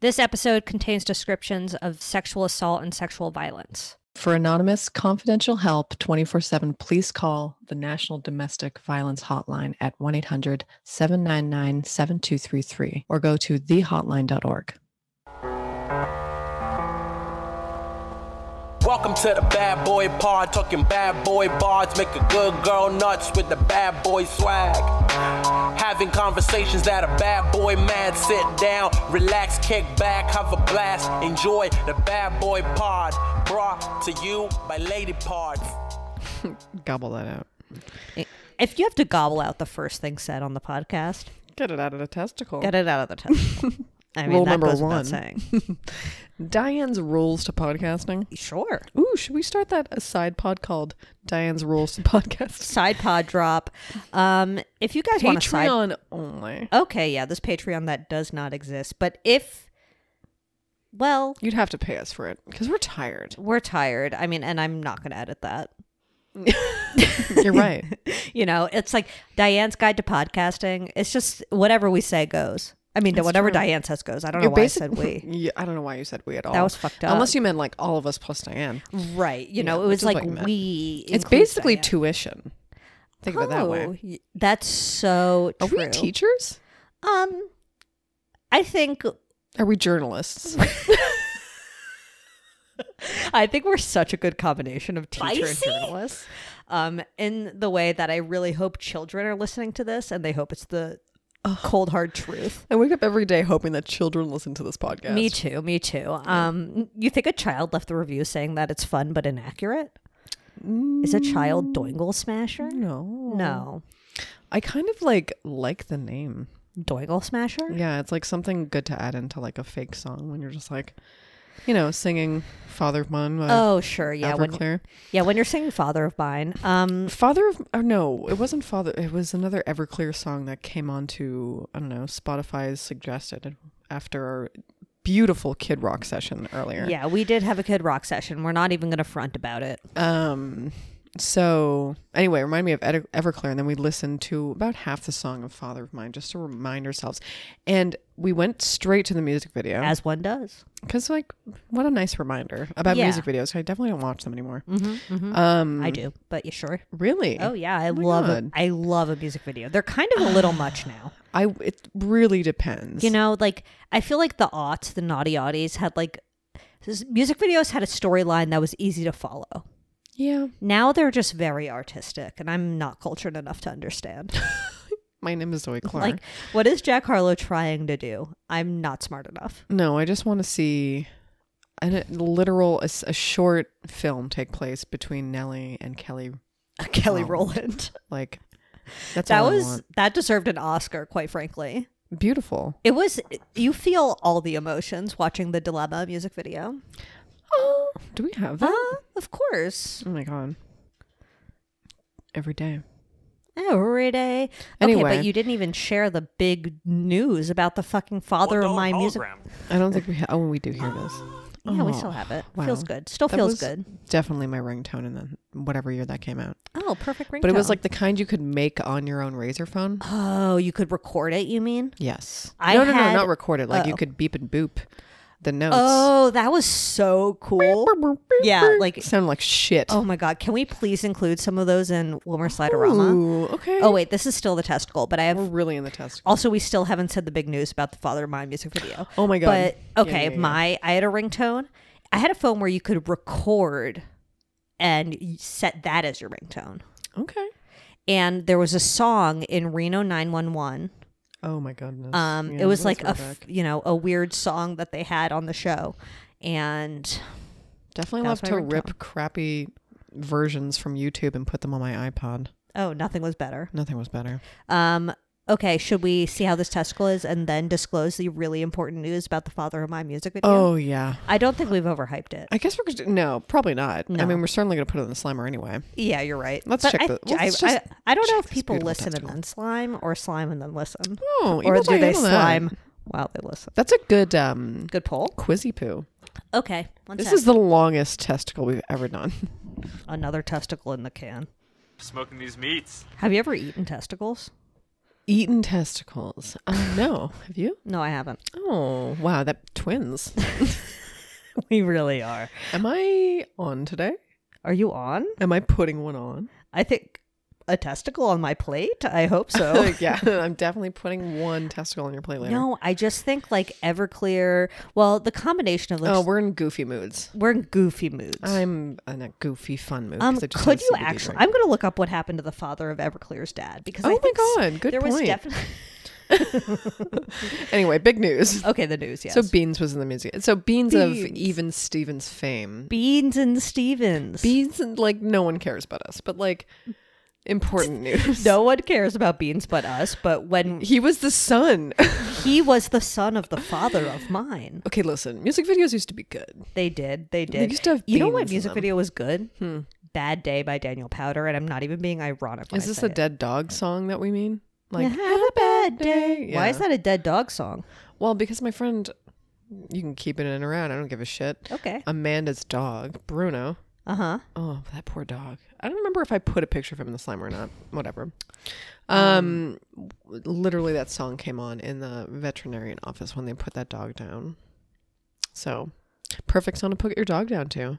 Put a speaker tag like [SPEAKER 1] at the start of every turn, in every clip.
[SPEAKER 1] This episode contains descriptions of sexual assault and sexual violence.
[SPEAKER 2] For anonymous confidential help 24 7, please call the National Domestic Violence Hotline at 1 800 799 7233 or go to thehotline.org.
[SPEAKER 3] Welcome to the bad boy pod, talking bad boy bars, make a good girl nuts with the bad boy swag. Having conversations that a bad boy mad, sit down, relax, kick back, have a blast, enjoy the bad boy pod, brought to you by Lady Pods.
[SPEAKER 4] Gobble that out.
[SPEAKER 1] If you have to gobble out the first thing said on the podcast,
[SPEAKER 4] Get it out of the testicle.
[SPEAKER 1] get it out of the testicle. I mean,
[SPEAKER 4] Rule
[SPEAKER 1] that
[SPEAKER 4] number
[SPEAKER 1] goes without
[SPEAKER 4] one.
[SPEAKER 1] saying.
[SPEAKER 4] Diane's rules to podcasting.
[SPEAKER 1] Sure.
[SPEAKER 4] Ooh, should we start that a side pod called Diane's Rules to Podcast?
[SPEAKER 1] Side pod drop. Um, if you guys want to side
[SPEAKER 4] Patreon only.
[SPEAKER 1] Okay, yeah, this Patreon that does not exist. But if, well,
[SPEAKER 4] You'd have to pay us for it because we're tired.
[SPEAKER 1] we're tired. I mean, and I'm not going to edit that.
[SPEAKER 4] You're right.
[SPEAKER 1] You know, it's like Diane's Guide to Podcasting. It's just whatever we say goes. I mean, whatever Diane says goes. I don't know why
[SPEAKER 4] basic-
[SPEAKER 1] I said we.
[SPEAKER 4] Yeah, I don't know why you said we at all.
[SPEAKER 1] was fucked up.
[SPEAKER 4] Unless you meant like all of us plus Diane.
[SPEAKER 1] Right. You know,
[SPEAKER 4] Yeah,
[SPEAKER 1] it
[SPEAKER 4] which
[SPEAKER 1] was
[SPEAKER 4] is
[SPEAKER 1] like
[SPEAKER 4] what you meant.
[SPEAKER 1] we.
[SPEAKER 4] It's
[SPEAKER 1] includes
[SPEAKER 4] basically
[SPEAKER 1] Diane.
[SPEAKER 4] tuition. Think of it that
[SPEAKER 1] Oh,
[SPEAKER 4] way.
[SPEAKER 1] y- That's so
[SPEAKER 4] Are
[SPEAKER 1] Oh, true.
[SPEAKER 4] we teachers?
[SPEAKER 1] Um, I think
[SPEAKER 4] Are we journalists?
[SPEAKER 1] I think we're such a good combination of teacher
[SPEAKER 3] Spicy?
[SPEAKER 1] and journalist. Um, in the way that I really hope children are listening to this and they hope it's the cold hard truth.
[SPEAKER 4] I wake up every day hoping that children listen to this podcast.
[SPEAKER 1] Me too, me too. Um, you think a child left the review saying that it's fun but inaccurate? Is a child Doingle Smasher?
[SPEAKER 4] No.
[SPEAKER 1] No.
[SPEAKER 4] I kind of like like the name.
[SPEAKER 1] Doingle Smasher?
[SPEAKER 4] Yeah, it's like something good to add into like a fake song when you're just like, you know, singing "Father of Mine" by
[SPEAKER 1] Oh, sure. Yeah. When,
[SPEAKER 4] Everclear.
[SPEAKER 1] yeah, when you're singing Father of Mine. Um,
[SPEAKER 4] Father of oh no, it wasn't Father. It was another Everclear song that came onto I don't know Spotify's suggested after our beautiful Kid Rock session earlier.
[SPEAKER 1] yeah, we did have a Kid Rock session. We're not even going to front about it.
[SPEAKER 4] Um. So anyway, it reminded me of Ed- Everclear, and then we listened to about half the song of "Father of Mine" just to remind ourselves, and we went straight to the music video.
[SPEAKER 1] As one does.
[SPEAKER 4] Because, like, what a nice reminder about
[SPEAKER 1] Yeah.
[SPEAKER 4] music videos. I definitely don't watch them anymore.
[SPEAKER 1] Mm-hmm,
[SPEAKER 4] Um,
[SPEAKER 1] I do, but you sure?
[SPEAKER 4] Really?
[SPEAKER 1] Oh yeah, I
[SPEAKER 4] my
[SPEAKER 1] love
[SPEAKER 4] God.
[SPEAKER 1] it. I love a music video. They're kind of a little much now.
[SPEAKER 4] I, it really depends.
[SPEAKER 1] You know, like I feel like the aughts, the naughty aughties had like s- music videos had a storyline that was easy to follow.
[SPEAKER 4] Yeah.
[SPEAKER 1] Now they're just very artistic, and I'm not cultured enough to understand.
[SPEAKER 4] My name is Zoe Clark.
[SPEAKER 1] like, what is Jack Harlow trying to do? I'm not smart enough.
[SPEAKER 4] no, I just want to see an, a literal, a, s- a short film take place between Nelly and Kelly.
[SPEAKER 1] Kelly
[SPEAKER 4] Wow.
[SPEAKER 1] Rowland.
[SPEAKER 4] Like, that's
[SPEAKER 1] That
[SPEAKER 4] all I
[SPEAKER 1] was
[SPEAKER 4] want.
[SPEAKER 1] that deserved an Oscar, quite frankly.
[SPEAKER 4] beautiful.
[SPEAKER 1] It was you feel all the emotions watching the Dilemma music video.
[SPEAKER 4] Oh, do we have that?
[SPEAKER 1] Ah, of course.
[SPEAKER 4] oh my God. Every day.
[SPEAKER 1] Every day. Oh, okay,
[SPEAKER 4] Anyway.
[SPEAKER 1] but you didn't even share the big news about the fucking father of my music.
[SPEAKER 4] I don't think we have. Oh, we do hear this.
[SPEAKER 1] Yeah, we
[SPEAKER 4] Oh,
[SPEAKER 1] still have it.
[SPEAKER 4] wow.
[SPEAKER 1] Feels good. Still
[SPEAKER 4] That
[SPEAKER 1] feels
[SPEAKER 4] was
[SPEAKER 1] good.
[SPEAKER 4] Definitely my ringtone in the whatever year that came out.
[SPEAKER 1] Oh, perfect ringtone.
[SPEAKER 4] But it was like the kind you could make on your own razor phone.
[SPEAKER 1] oh, you could record it. You mean?
[SPEAKER 4] Yes.
[SPEAKER 1] I
[SPEAKER 4] no, no,
[SPEAKER 1] had-
[SPEAKER 4] no, not record it. Like you
[SPEAKER 1] Oh.
[SPEAKER 4] could beep and boop the notes.
[SPEAKER 1] Oh, that was so cool. Yeah, like-
[SPEAKER 4] sound like shit.
[SPEAKER 1] Oh my god, can we please include some of those in Wilmer Sliderama?
[SPEAKER 4] Ooh, okay.
[SPEAKER 1] Oh wait, Oh, this is still the testicle, but I
[SPEAKER 4] we're
[SPEAKER 1] have.
[SPEAKER 4] really in the test.
[SPEAKER 1] Also, we still haven't said the big news about the Father of Mine music video.
[SPEAKER 4] Oh my God.
[SPEAKER 1] But
[SPEAKER 4] Yeah,
[SPEAKER 1] okay,
[SPEAKER 4] yeah, yeah.
[SPEAKER 1] my I had a ringtone. I had a phone where you could record and you set that as your ringtone.
[SPEAKER 4] Okay.
[SPEAKER 1] and there was a song in Reno 911.
[SPEAKER 4] Oh my goodness.
[SPEAKER 1] Um,
[SPEAKER 4] Yeah,
[SPEAKER 1] it was
[SPEAKER 4] what
[SPEAKER 1] like a f-
[SPEAKER 4] throwback.
[SPEAKER 1] you know a weird song that they had on the show, and
[SPEAKER 4] definitely
[SPEAKER 1] that
[SPEAKER 4] love
[SPEAKER 1] was my
[SPEAKER 4] to rip
[SPEAKER 1] ringtone.
[SPEAKER 4] crappy versions from YouTube and put them on my iPod.
[SPEAKER 1] oh, nothing was better.
[SPEAKER 4] Nothing was better.
[SPEAKER 1] Um, okay, should we see how this testicle is and then disclose the really important news about the father of my music video?
[SPEAKER 4] Oh yeah.
[SPEAKER 1] I don't think we've overhyped it.
[SPEAKER 4] I guess we're gonna- no, probably not.
[SPEAKER 1] No.
[SPEAKER 4] I mean, we're certainly gonna put it in the slimer anyway.
[SPEAKER 1] yeah, you're right.
[SPEAKER 4] Let's
[SPEAKER 1] But
[SPEAKER 4] check
[SPEAKER 1] I,
[SPEAKER 4] the-
[SPEAKER 1] I,
[SPEAKER 4] let's
[SPEAKER 1] I-
[SPEAKER 4] just
[SPEAKER 1] I don't know
[SPEAKER 4] check
[SPEAKER 1] if
[SPEAKER 4] this
[SPEAKER 1] people
[SPEAKER 4] beautiful
[SPEAKER 1] listen
[SPEAKER 4] testicle.
[SPEAKER 1] and then slime or slime and then listen,
[SPEAKER 4] Oh,
[SPEAKER 1] or
[SPEAKER 4] email
[SPEAKER 1] do they
[SPEAKER 4] Diana that.
[SPEAKER 1] slime while they listen?
[SPEAKER 4] That's a good um
[SPEAKER 1] Good poll.
[SPEAKER 4] quizzy poo.
[SPEAKER 1] Okay, one
[SPEAKER 4] This
[SPEAKER 1] sec.
[SPEAKER 4] is the longest testicle we've ever done.
[SPEAKER 1] another testicle in the can.
[SPEAKER 5] smoking these meats.
[SPEAKER 1] Have you ever eaten testicles?
[SPEAKER 4] Eaten testicles. Oh no, have you?
[SPEAKER 1] No, I haven't.
[SPEAKER 4] Oh wow, that twi- twins.
[SPEAKER 1] We really are.
[SPEAKER 4] Am I on today?
[SPEAKER 1] Are you on?
[SPEAKER 4] Am I putting one on?
[SPEAKER 1] I think a testicle on my plate. I hope so.
[SPEAKER 4] yeah, I'm definitely putting one testicle on your plate later.
[SPEAKER 1] no, I just think like Everclear. Well, the combination of those.
[SPEAKER 4] Oh, we're in goofy moods.
[SPEAKER 1] we're in goofy moods.
[SPEAKER 4] I'm in a goofy fun mood.
[SPEAKER 1] Um,
[SPEAKER 4] 'cause I just
[SPEAKER 1] could
[SPEAKER 4] had
[SPEAKER 1] you
[SPEAKER 4] CBD
[SPEAKER 1] actually?
[SPEAKER 4] drink.
[SPEAKER 1] I'm going to look up what happened to the father of Everclear's dad because
[SPEAKER 4] Oh
[SPEAKER 1] I
[SPEAKER 4] my
[SPEAKER 1] think s-
[SPEAKER 4] God, good
[SPEAKER 1] there was
[SPEAKER 4] point.
[SPEAKER 1] definitely
[SPEAKER 4] anyway, big news.
[SPEAKER 1] okay the news Oh, yes.
[SPEAKER 4] So Beans was in the music. So Beans, of even Stevens fame.
[SPEAKER 1] Beans and Stevens.
[SPEAKER 4] Beans and like no one cares about us, but like important news.
[SPEAKER 1] no one cares about Beans but us. But when
[SPEAKER 4] He was the son.
[SPEAKER 1] he was the son of the father of mine,
[SPEAKER 4] okay, listen. Music videos used to be good.
[SPEAKER 1] they did. They did.
[SPEAKER 4] used to have
[SPEAKER 1] you know
[SPEAKER 4] beans
[SPEAKER 1] what
[SPEAKER 4] in
[SPEAKER 1] music
[SPEAKER 4] them. Hmm.
[SPEAKER 1] video was good? Bad Day by Daniel Powder, and I'm not even being ironic. When
[SPEAKER 4] Is
[SPEAKER 1] I
[SPEAKER 4] this
[SPEAKER 1] say
[SPEAKER 4] a dead dog song that we
[SPEAKER 1] It.
[SPEAKER 4] mean? Like,
[SPEAKER 1] Had a bad day. Why
[SPEAKER 4] Yeah.
[SPEAKER 1] is that a dead dog song?
[SPEAKER 4] well, because my friend, you can keep it in and around. I don't give a shit.
[SPEAKER 1] Okay.
[SPEAKER 4] Amanda's dog, Bruno.
[SPEAKER 1] Uh huh.
[SPEAKER 4] Oh, that poor dog. I don't remember if I put a picture of him in the slime or not. Whatever. Um, literally, that song came on in the veterinarian office when they put that dog down. So, perfect song to put your dog down to.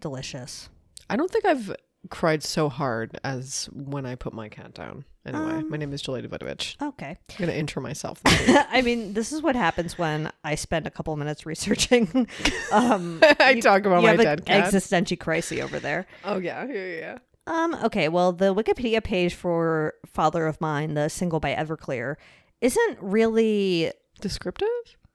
[SPEAKER 1] Delicious.
[SPEAKER 4] I don't think I've cried so hard as when I put my cat down. Anyway,
[SPEAKER 1] Um,
[SPEAKER 4] my name is Julia Davidovich.
[SPEAKER 1] Okay.
[SPEAKER 4] I'm gonna intro myself.
[SPEAKER 1] I mean, this is what happens when I spend a couple minutes researching. Um,
[SPEAKER 4] I talk about
[SPEAKER 1] you
[SPEAKER 4] my
[SPEAKER 1] have
[SPEAKER 4] dead
[SPEAKER 1] an
[SPEAKER 4] cat.
[SPEAKER 1] existential crisis over there.
[SPEAKER 4] oh yeah, yeah, yeah.
[SPEAKER 1] Um, okay, well, the Wikipedia page for Father of Mine, the single by Everclear, isn't really
[SPEAKER 4] Descriptive.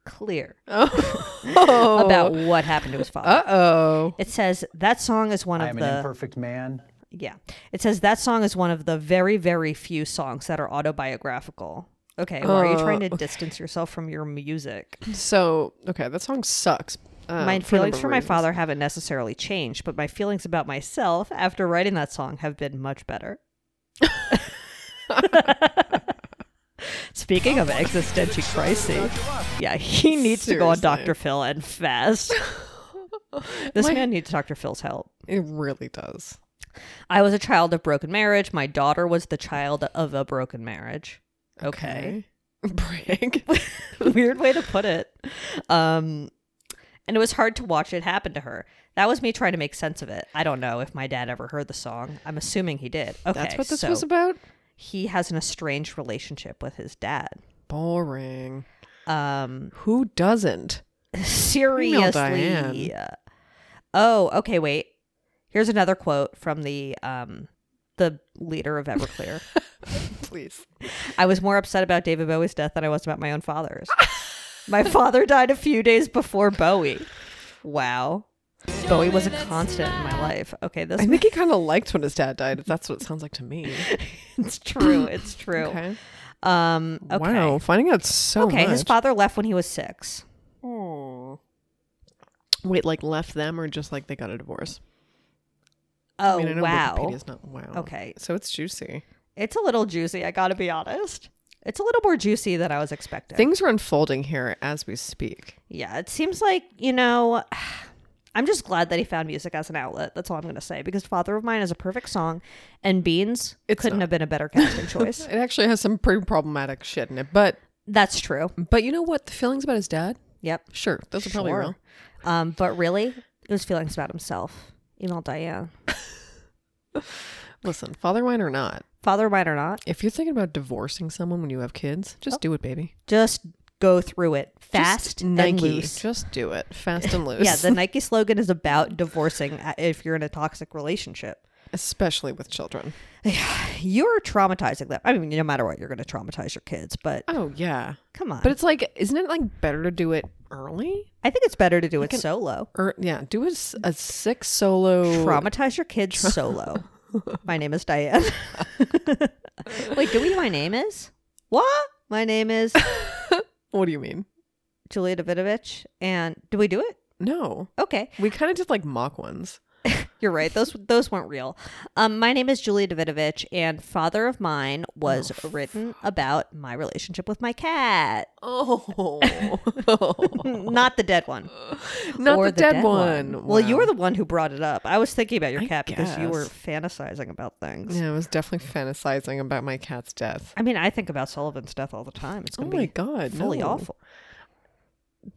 [SPEAKER 1] clear
[SPEAKER 4] Oh.
[SPEAKER 1] about what happened to his father.
[SPEAKER 4] Uh oh.
[SPEAKER 1] It says that song is one
[SPEAKER 6] I
[SPEAKER 1] of
[SPEAKER 6] am an
[SPEAKER 1] the
[SPEAKER 6] imperfect man.
[SPEAKER 1] yeah. It says that song is one of the very very few songs that are autobiographical. Okay, well, are you trying
[SPEAKER 4] Uh,
[SPEAKER 1] to distance yourself from your music?
[SPEAKER 4] So okay, that song sucks.
[SPEAKER 1] my
[SPEAKER 4] Uh, for a number
[SPEAKER 1] feelings
[SPEAKER 4] of
[SPEAKER 1] for my
[SPEAKER 4] reasons.
[SPEAKER 1] father haven't necessarily changed, but my feelings about myself after writing that song have been much better. Speaking of existential crisis, yeah, he needs to go on
[SPEAKER 4] Seriously.
[SPEAKER 1] Dr. Phil and fast. this
[SPEAKER 4] My-
[SPEAKER 1] man needs Dr. Phil's help.
[SPEAKER 4] It really does.
[SPEAKER 1] I was a child of broken marriage. My daughter was the child of a broken marriage. Okay.
[SPEAKER 4] Break.
[SPEAKER 1] Weird way to put it. Um, and it was hard to watch it happen to her. That was me trying to make sense of it. I don't know if my dad ever heard the song. I'm assuming he did. Okay,
[SPEAKER 4] That's what this
[SPEAKER 1] so
[SPEAKER 4] was about.
[SPEAKER 1] He has an estranged relationship with his dad.
[SPEAKER 4] Boring.
[SPEAKER 1] Um,
[SPEAKER 4] Who doesn't?
[SPEAKER 1] seriously.
[SPEAKER 4] Diane.
[SPEAKER 1] Oh, okay. Wait. Here's another quote from the um, the leader of Everclear.
[SPEAKER 4] Please.
[SPEAKER 1] I was more upset about David Bowie's death than I was about my own father's. my father died a few days before Bowie. Wow. Bowie was a constant in my life. Okay, this
[SPEAKER 4] I think he kind of liked when his dad died. If that's what it sounds like to me.
[SPEAKER 1] it's true. It's true.
[SPEAKER 4] Okay. Oh,
[SPEAKER 1] Um Oh. okay.
[SPEAKER 4] Wow. Finding out so
[SPEAKER 1] okay, his
[SPEAKER 4] much.
[SPEAKER 1] father left when he was 6.
[SPEAKER 4] Wait, like left them or just like they got a divorce?
[SPEAKER 1] Oh,
[SPEAKER 4] I mean, I know
[SPEAKER 1] wow.
[SPEAKER 4] Wikipedia's not wow.
[SPEAKER 1] Okay.
[SPEAKER 4] So it's juicy.
[SPEAKER 1] It's a little juicy, I got to be honest. It's a little more juicy than I was expecting.
[SPEAKER 4] Things are unfolding here as we speak.
[SPEAKER 1] yeah, it seems like, you know, I'm just glad that he found music as an outlet. That's all I'm going to say because Father of Mine is a perfect song and Beans it
[SPEAKER 4] It's
[SPEAKER 1] couldn't
[SPEAKER 4] not.
[SPEAKER 1] have been a better casting choice.
[SPEAKER 4] It actually has some pretty problematic shit in it, but
[SPEAKER 1] That's true.
[SPEAKER 4] but you know what? The feelings about his dad.
[SPEAKER 1] Yep.
[SPEAKER 4] Sure, those are probably
[SPEAKER 1] Sure.
[SPEAKER 4] real.
[SPEAKER 1] Um, but really, it was feelings about himself. Email Diane.
[SPEAKER 4] Listen, father wine or not,
[SPEAKER 1] Father of mine or not,
[SPEAKER 4] if you're thinking about divorcing someone when you have kids, just do it, baby.
[SPEAKER 1] just go through it
[SPEAKER 4] Just
[SPEAKER 1] Oh. fast and
[SPEAKER 4] Nike.
[SPEAKER 1] loose.
[SPEAKER 4] Just do it, fast and loose.
[SPEAKER 1] yeah, the Nike slogan is about divorcing uh, if you're in a toxic relationship.
[SPEAKER 4] especially with children.
[SPEAKER 1] You're traumatizing them. I mean, no matter what, you're going to traumatize your kids, but
[SPEAKER 4] Oh yeah,
[SPEAKER 1] come on.
[SPEAKER 4] but it's like, isn't it like better to do it early?
[SPEAKER 1] I think it's better to do it solo.
[SPEAKER 4] Or yeah, do a, s- a six solo
[SPEAKER 1] Traumatize your kids solo. my name is Diane. Wait, do we know my name is? What? My name is
[SPEAKER 4] What do you mean?
[SPEAKER 1] Julia Davidovich. And do we do it?
[SPEAKER 4] No,
[SPEAKER 1] Okay.
[SPEAKER 4] we kind of did like mock ones.
[SPEAKER 1] You're right. Those those weren't real. Um, my name is Julia Davidovich, and Father of Mine was written about my relationship with my cat,
[SPEAKER 4] Oh,
[SPEAKER 1] not the dead one,
[SPEAKER 4] not
[SPEAKER 1] Or
[SPEAKER 4] the, dead, one.
[SPEAKER 1] Well,
[SPEAKER 4] Wow.
[SPEAKER 1] you were the one who brought it up. I was thinking about your
[SPEAKER 4] I
[SPEAKER 1] cat because you were
[SPEAKER 4] guess.
[SPEAKER 1] fantasizing about things.
[SPEAKER 4] Yeah, I was definitely fantasizing about my cat's death.
[SPEAKER 1] I mean, I think about Sullivan's death all the time. It's
[SPEAKER 4] Oh
[SPEAKER 1] gonna
[SPEAKER 4] my
[SPEAKER 1] be
[SPEAKER 4] god,
[SPEAKER 1] fully
[SPEAKER 4] no.
[SPEAKER 1] awful.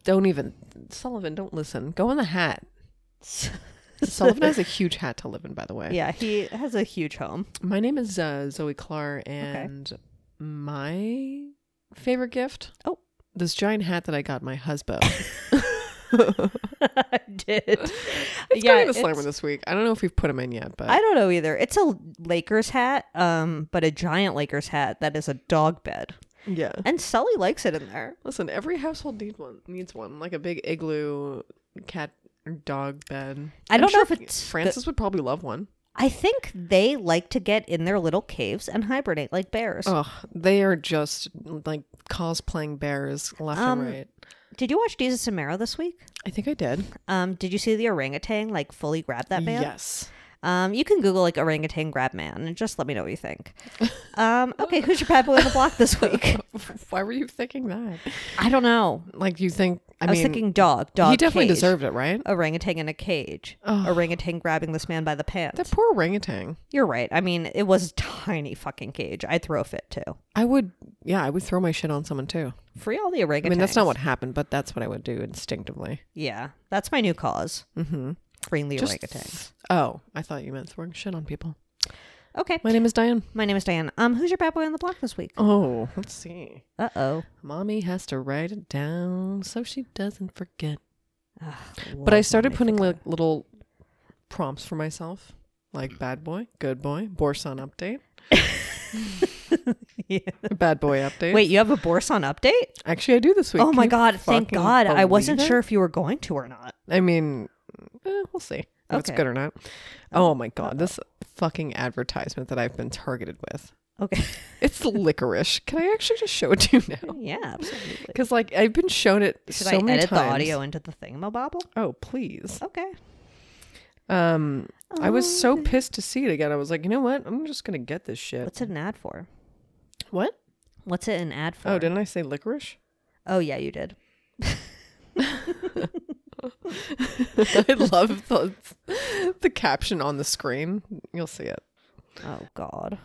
[SPEAKER 4] Don't even Sullivan. Don't listen. Go in the hat. Sullivan has a huge hat to live in, by the way.
[SPEAKER 1] Yeah, he has a huge home.
[SPEAKER 4] My name is uh, Zoe Clark, and my favorite gift.
[SPEAKER 1] Oh.
[SPEAKER 4] this giant hat that I got my husband.
[SPEAKER 1] I did.
[SPEAKER 4] It's yeah, going to the slammer this week. I don't know if we've put him in yet, but
[SPEAKER 1] I don't know either. It's a Lakers hat, um, but a giant Lakers hat that is a dog bed.
[SPEAKER 4] yeah.
[SPEAKER 1] And Sully likes it in there.
[SPEAKER 4] Listen, every household need one needs one, like a big igloo cat or dog bed.
[SPEAKER 1] I don't know if
[SPEAKER 4] sure
[SPEAKER 1] it's the-
[SPEAKER 4] Francis would probably love one.
[SPEAKER 1] I think they like to get in their little caves and hibernate like bears.
[SPEAKER 4] Oh, they are just like cosplaying bears left
[SPEAKER 1] Um,
[SPEAKER 4] and right.
[SPEAKER 1] Did you watch Jesus and Mero this week?
[SPEAKER 4] I think I did.
[SPEAKER 1] Um, did you see the orangutan like fully grab that man?
[SPEAKER 4] Yes.
[SPEAKER 1] Um, you can Google like orangutan grab man and just let me know what you think. Um, okay, who's your bad boy on the block this week?
[SPEAKER 4] Why were you thinking that?
[SPEAKER 1] I don't know.
[SPEAKER 4] Like you think? I,
[SPEAKER 1] I,
[SPEAKER 4] mean,
[SPEAKER 1] was thinking dog. Dog.
[SPEAKER 4] he definitely
[SPEAKER 1] cage.
[SPEAKER 4] deserved it, right?
[SPEAKER 1] orangutan in a cage.
[SPEAKER 4] Ugh.
[SPEAKER 1] Orangutan grabbing this man by the pants.
[SPEAKER 4] That poor orangutan.
[SPEAKER 1] You're right. I mean, it was a tiny fucking cage. I'd throw a fit too.
[SPEAKER 4] I would, yeah, I would throw my shit on someone too.
[SPEAKER 1] Free all the orangutans.
[SPEAKER 4] I mean, that's not what happened, but that's what I would do instinctively.
[SPEAKER 1] Yeah, that's my new cause.
[SPEAKER 4] Mm-hmm.
[SPEAKER 1] Freeing the
[SPEAKER 4] Just-
[SPEAKER 1] orangutans.
[SPEAKER 4] Oh, I thought you meant throwing shit on people.
[SPEAKER 1] Okay.
[SPEAKER 4] My name is Diane.
[SPEAKER 1] My name is Diane. Um, who's your bad boy on the block this week?
[SPEAKER 4] Oh, let's see.
[SPEAKER 1] Uh oh.
[SPEAKER 4] Mommy has to write it down so she doesn't forget. But I started putting like little prompts for myself, like bad boy, good boy, Borson update, bad boy update.
[SPEAKER 1] Wait, you have a Borson update?
[SPEAKER 4] actually, I do this week.
[SPEAKER 1] oh
[SPEAKER 4] Can
[SPEAKER 1] my
[SPEAKER 4] you
[SPEAKER 1] god! Thank
[SPEAKER 4] fucking
[SPEAKER 1] God. I
[SPEAKER 4] believe
[SPEAKER 1] wasn't
[SPEAKER 4] it?
[SPEAKER 1] sure if you were going to or not.
[SPEAKER 4] I mean, eh, we'll see if it's
[SPEAKER 1] Okay. Um, uh,
[SPEAKER 4] good or not. Oh my god, this fucking advertisement that I've been targeted with.
[SPEAKER 1] Okay.
[SPEAKER 4] It's licorice. Can I actually just show it to you now?
[SPEAKER 1] yeah, absolutely.
[SPEAKER 4] Because like I've been shown it
[SPEAKER 1] Should
[SPEAKER 4] so
[SPEAKER 1] I
[SPEAKER 4] many
[SPEAKER 1] edit
[SPEAKER 4] times.
[SPEAKER 1] the audio into the thingamabobble?
[SPEAKER 4] Oh please.
[SPEAKER 1] Okay.
[SPEAKER 4] Um, I was
[SPEAKER 1] Oh.
[SPEAKER 4] so pissed to see it again. I was like, you know what? I'm just gonna get this shit.
[SPEAKER 1] What's it an ad for?
[SPEAKER 4] What?
[SPEAKER 1] What's it an ad for?
[SPEAKER 4] Oh, didn't I say licorice?
[SPEAKER 1] Oh yeah, you did.
[SPEAKER 4] I love the the caption on the screen. You'll see it.
[SPEAKER 1] Oh god.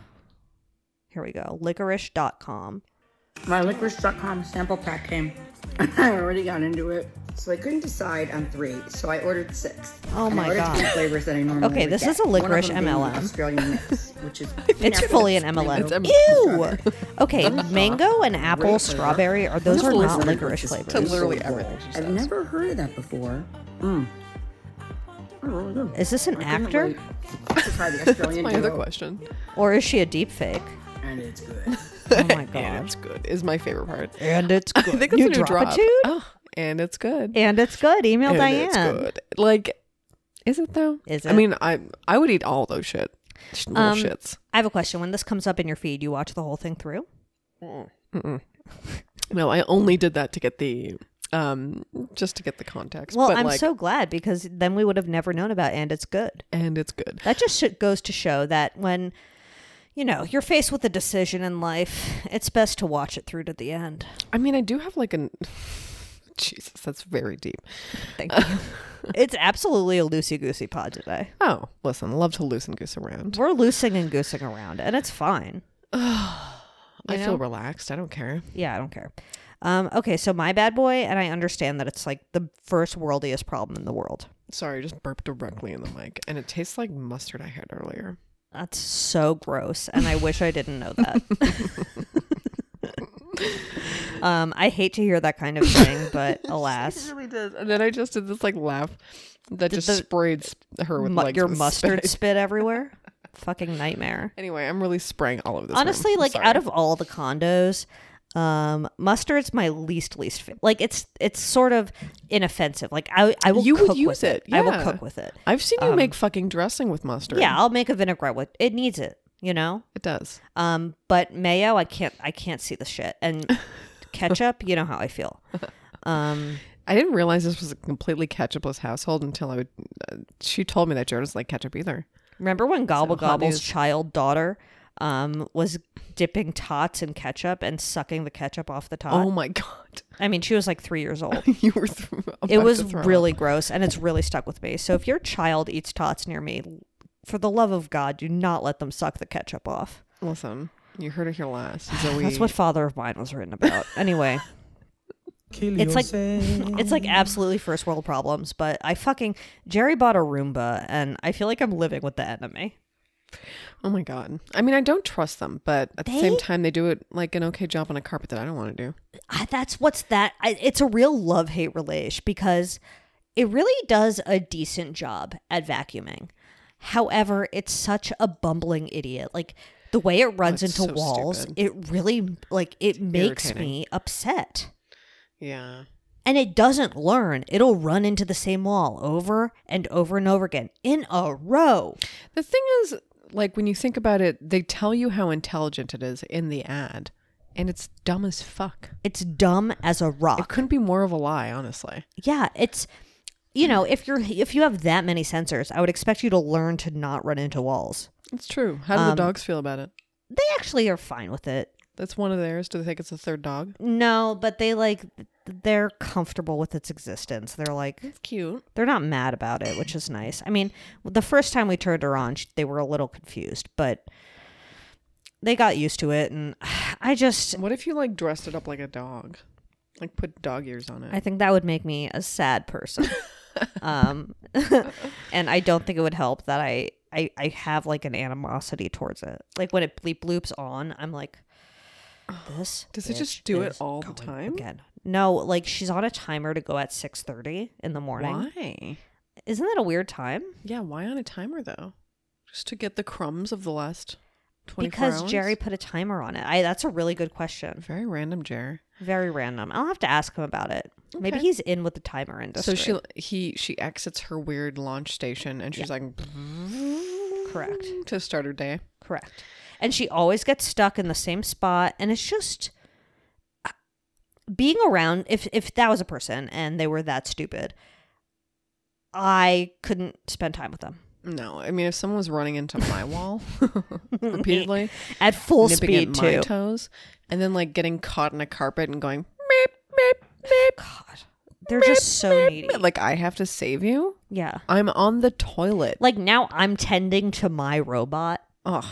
[SPEAKER 1] Here we go. Licorice.com.
[SPEAKER 6] My licorice.com sample pack came. I already got into it.
[SPEAKER 7] So I couldn't decide on three, so I ordered six.
[SPEAKER 1] Oh
[SPEAKER 7] And
[SPEAKER 1] my
[SPEAKER 7] I ordered
[SPEAKER 1] God.
[SPEAKER 7] Three flavors that I normally
[SPEAKER 1] Okay,
[SPEAKER 7] would
[SPEAKER 1] this
[SPEAKER 7] get.
[SPEAKER 1] is a
[SPEAKER 7] One of
[SPEAKER 1] licorice
[SPEAKER 7] them being
[SPEAKER 1] MLM.
[SPEAKER 7] Australian mix, which is
[SPEAKER 1] It's fully an MLM.
[SPEAKER 7] It's
[SPEAKER 1] Ew. Okay, mango and apple,
[SPEAKER 7] flavor.
[SPEAKER 1] strawberry, or those are not licorice
[SPEAKER 7] To
[SPEAKER 1] flavors.
[SPEAKER 7] literally everything. I've never heard of that before. Mm. Oh, really good.
[SPEAKER 1] Is this an
[SPEAKER 7] I couldn't
[SPEAKER 1] actor?
[SPEAKER 7] wait to try the Australian
[SPEAKER 4] My other
[SPEAKER 7] duo,
[SPEAKER 4] question.
[SPEAKER 1] Or is she a deep fake?
[SPEAKER 7] And it's good.
[SPEAKER 1] Oh my
[SPEAKER 4] And
[SPEAKER 1] god.
[SPEAKER 4] it's good. Is my favorite part.
[SPEAKER 1] And it's
[SPEAKER 4] I
[SPEAKER 1] good.
[SPEAKER 4] think it's
[SPEAKER 1] you
[SPEAKER 4] a new
[SPEAKER 1] drop,
[SPEAKER 4] drop.
[SPEAKER 1] it, dude.
[SPEAKER 4] Oh, and it's good.
[SPEAKER 1] And it's good. Email
[SPEAKER 4] And
[SPEAKER 1] Oh, Diane.
[SPEAKER 4] it's good. Like, is it though?
[SPEAKER 1] Is
[SPEAKER 4] I
[SPEAKER 1] it?
[SPEAKER 4] mean, I I would eat all those shit. Sh- Little
[SPEAKER 1] Um,
[SPEAKER 4] shits.
[SPEAKER 1] I have a question. When this comes up in your feed, you watch the whole thing through?
[SPEAKER 4] No, I only did that to get the um just to get the context.
[SPEAKER 1] Well,
[SPEAKER 4] but
[SPEAKER 1] I'm
[SPEAKER 4] like,
[SPEAKER 1] so glad because then we would have never known about and it's good.
[SPEAKER 4] and it's good.
[SPEAKER 1] That just sh- goes to show that when, you know, you're faced with a decision in life, it's best to watch it through to the end.
[SPEAKER 4] I mean, I do have like an Jesus, that's very deep.
[SPEAKER 1] Thank you. it's absolutely a loosey goosey pod today.
[SPEAKER 4] Oh, listen, love to loosen goose around.
[SPEAKER 1] We're loosing and goosing around, and it's fine.
[SPEAKER 4] I
[SPEAKER 1] You know?
[SPEAKER 4] feel relaxed. I don't care.
[SPEAKER 1] Yeah, I don't care. Um, okay, so my bad boy, and I understand that it's like the first worldiest problem in the world.
[SPEAKER 4] Sorry, I just burped directly in the mic, and it tastes like mustard I had earlier.
[SPEAKER 1] That's so gross, and I wish I didn't know that. um, I hate to hear that kind of thing, but alas.
[SPEAKER 4] really does. And then I just did this like laugh that just
[SPEAKER 1] the-
[SPEAKER 4] sprayed sp- her with
[SPEAKER 1] mu-
[SPEAKER 4] like
[SPEAKER 1] your
[SPEAKER 4] spit.
[SPEAKER 1] mustard spit, everywhere. Fucking nightmare.
[SPEAKER 4] Anyway, I'm really spraying all of this.
[SPEAKER 1] Honestly, like out of all the condos, um, mustard's my least least fa- like it's it's sort of inoffensive. Like I I will
[SPEAKER 4] You would
[SPEAKER 1] cook
[SPEAKER 4] use
[SPEAKER 1] with it.
[SPEAKER 4] it,
[SPEAKER 1] I will
[SPEAKER 4] yeah.
[SPEAKER 1] cook with it.
[SPEAKER 4] I've seen you make fucking dressing with mustard.
[SPEAKER 1] um, Yeah, I'll make a vinaigrette with it needs it, you know?
[SPEAKER 4] it does.
[SPEAKER 1] Um, but mayo I can't I can't see the shit. And ketchup, you know how I feel. Um
[SPEAKER 4] I didn't realize this was a completely ketchupless household until I would. Uh, she told me that Joe doesn't like ketchup either.
[SPEAKER 1] Remember when Gobble
[SPEAKER 4] hot
[SPEAKER 1] Gobble's
[SPEAKER 4] news.
[SPEAKER 1] child daughter um, was dipping tots in ketchup and sucking the ketchup off the tot?
[SPEAKER 4] oh my god,
[SPEAKER 1] I mean, she was like three years old.
[SPEAKER 4] you were. Th- about
[SPEAKER 1] it
[SPEAKER 4] to
[SPEAKER 1] was
[SPEAKER 4] throw up.
[SPEAKER 1] really gross, and it's really stuck with me. So if your child eats tots near me, for the love of God, do not let them suck the ketchup off.
[SPEAKER 4] Listen, you heard it here last. Zoe,
[SPEAKER 1] That's what Father of Mine was written about. Anyway, It's like it's like absolutely first world problems, but I fucking Jerry bought a Roomba and I feel like I'm living with the enemy.
[SPEAKER 4] Oh my god. I mean, I don't trust them, but at the
[SPEAKER 1] They-
[SPEAKER 4] same time, they do it like an okay job on a carpet that I don't want to do.
[SPEAKER 1] I, that's what's that I, it's a real love hate relation because it really does a decent job at vacuuming however it's such a bumbling idiot like the way it runs
[SPEAKER 4] it's
[SPEAKER 1] into
[SPEAKER 4] so
[SPEAKER 1] walls
[SPEAKER 4] stupid.
[SPEAKER 1] it really like it makes
[SPEAKER 4] irritating.
[SPEAKER 1] me upset
[SPEAKER 4] Yeah.
[SPEAKER 1] and it doesn't learn it'll run into the same wall over and over and over again in a row
[SPEAKER 4] The thing is, like when you think about it, they tell you how intelligent it is in the ad, and it's dumb as fuck.
[SPEAKER 1] it's dumb as a rock
[SPEAKER 4] It couldn't be more of a lie, honestly.
[SPEAKER 1] yeah it's you know if you're if you have that many sensors i would expect you to learn to not run into walls
[SPEAKER 4] It's true. How do
[SPEAKER 1] Um,
[SPEAKER 4] the dogs feel about it?
[SPEAKER 1] they actually are fine with it.
[SPEAKER 4] That's one of theirs. Do they think it's the third dog?
[SPEAKER 1] No, but they like they're comfortable with its existence. They're like
[SPEAKER 4] It's cute.
[SPEAKER 1] they're not mad about it, which is nice. I mean, the first time we turned her on, sh- they were a little confused, but they got used to it and I just
[SPEAKER 4] What if you like dressed it up like a dog? Like put dog ears on it.
[SPEAKER 1] I think that would make me a sad person. um and I don't think it would help that I I, I have like an animosity towards it. Like when it bleep bloops on, I'm like this
[SPEAKER 4] Does it
[SPEAKER 1] bitch
[SPEAKER 4] just do it
[SPEAKER 1] is
[SPEAKER 4] all the
[SPEAKER 1] going
[SPEAKER 4] time?
[SPEAKER 1] again. No, like she's on a timer to go at 6:30 in the morning.
[SPEAKER 4] Why?
[SPEAKER 1] Isn't that a weird time?
[SPEAKER 4] Yeah, why on a timer though? Just to get the crumbs of the last 24
[SPEAKER 1] Because
[SPEAKER 4] hours?
[SPEAKER 1] Jerry put a timer on it. I that's a really good question.
[SPEAKER 4] Very random, Jerry.
[SPEAKER 1] Very random. I'll have to ask him about it. Maybe
[SPEAKER 4] Okay.
[SPEAKER 1] he's in with the timer industry.
[SPEAKER 4] So she he she exits her weird launch station and she's like
[SPEAKER 1] correct.
[SPEAKER 4] to start her day.
[SPEAKER 1] Correct. And she always gets stuck in the same spot and it's just uh, being around if if that was a person and they were that stupid, I couldn't spend time with them.
[SPEAKER 4] No, I mean if someone was running into my wall repeatedly,
[SPEAKER 1] At full
[SPEAKER 4] nipping
[SPEAKER 1] speed
[SPEAKER 4] at my
[SPEAKER 1] too.
[SPEAKER 4] toes, and then like getting caught in a carpet and going meep meep meep.
[SPEAKER 1] God. They're just so needy.
[SPEAKER 4] Like I have to save you.
[SPEAKER 1] Yeah.
[SPEAKER 4] I'm on the toilet.
[SPEAKER 1] Like now I'm tending to my robot.
[SPEAKER 4] Ugh.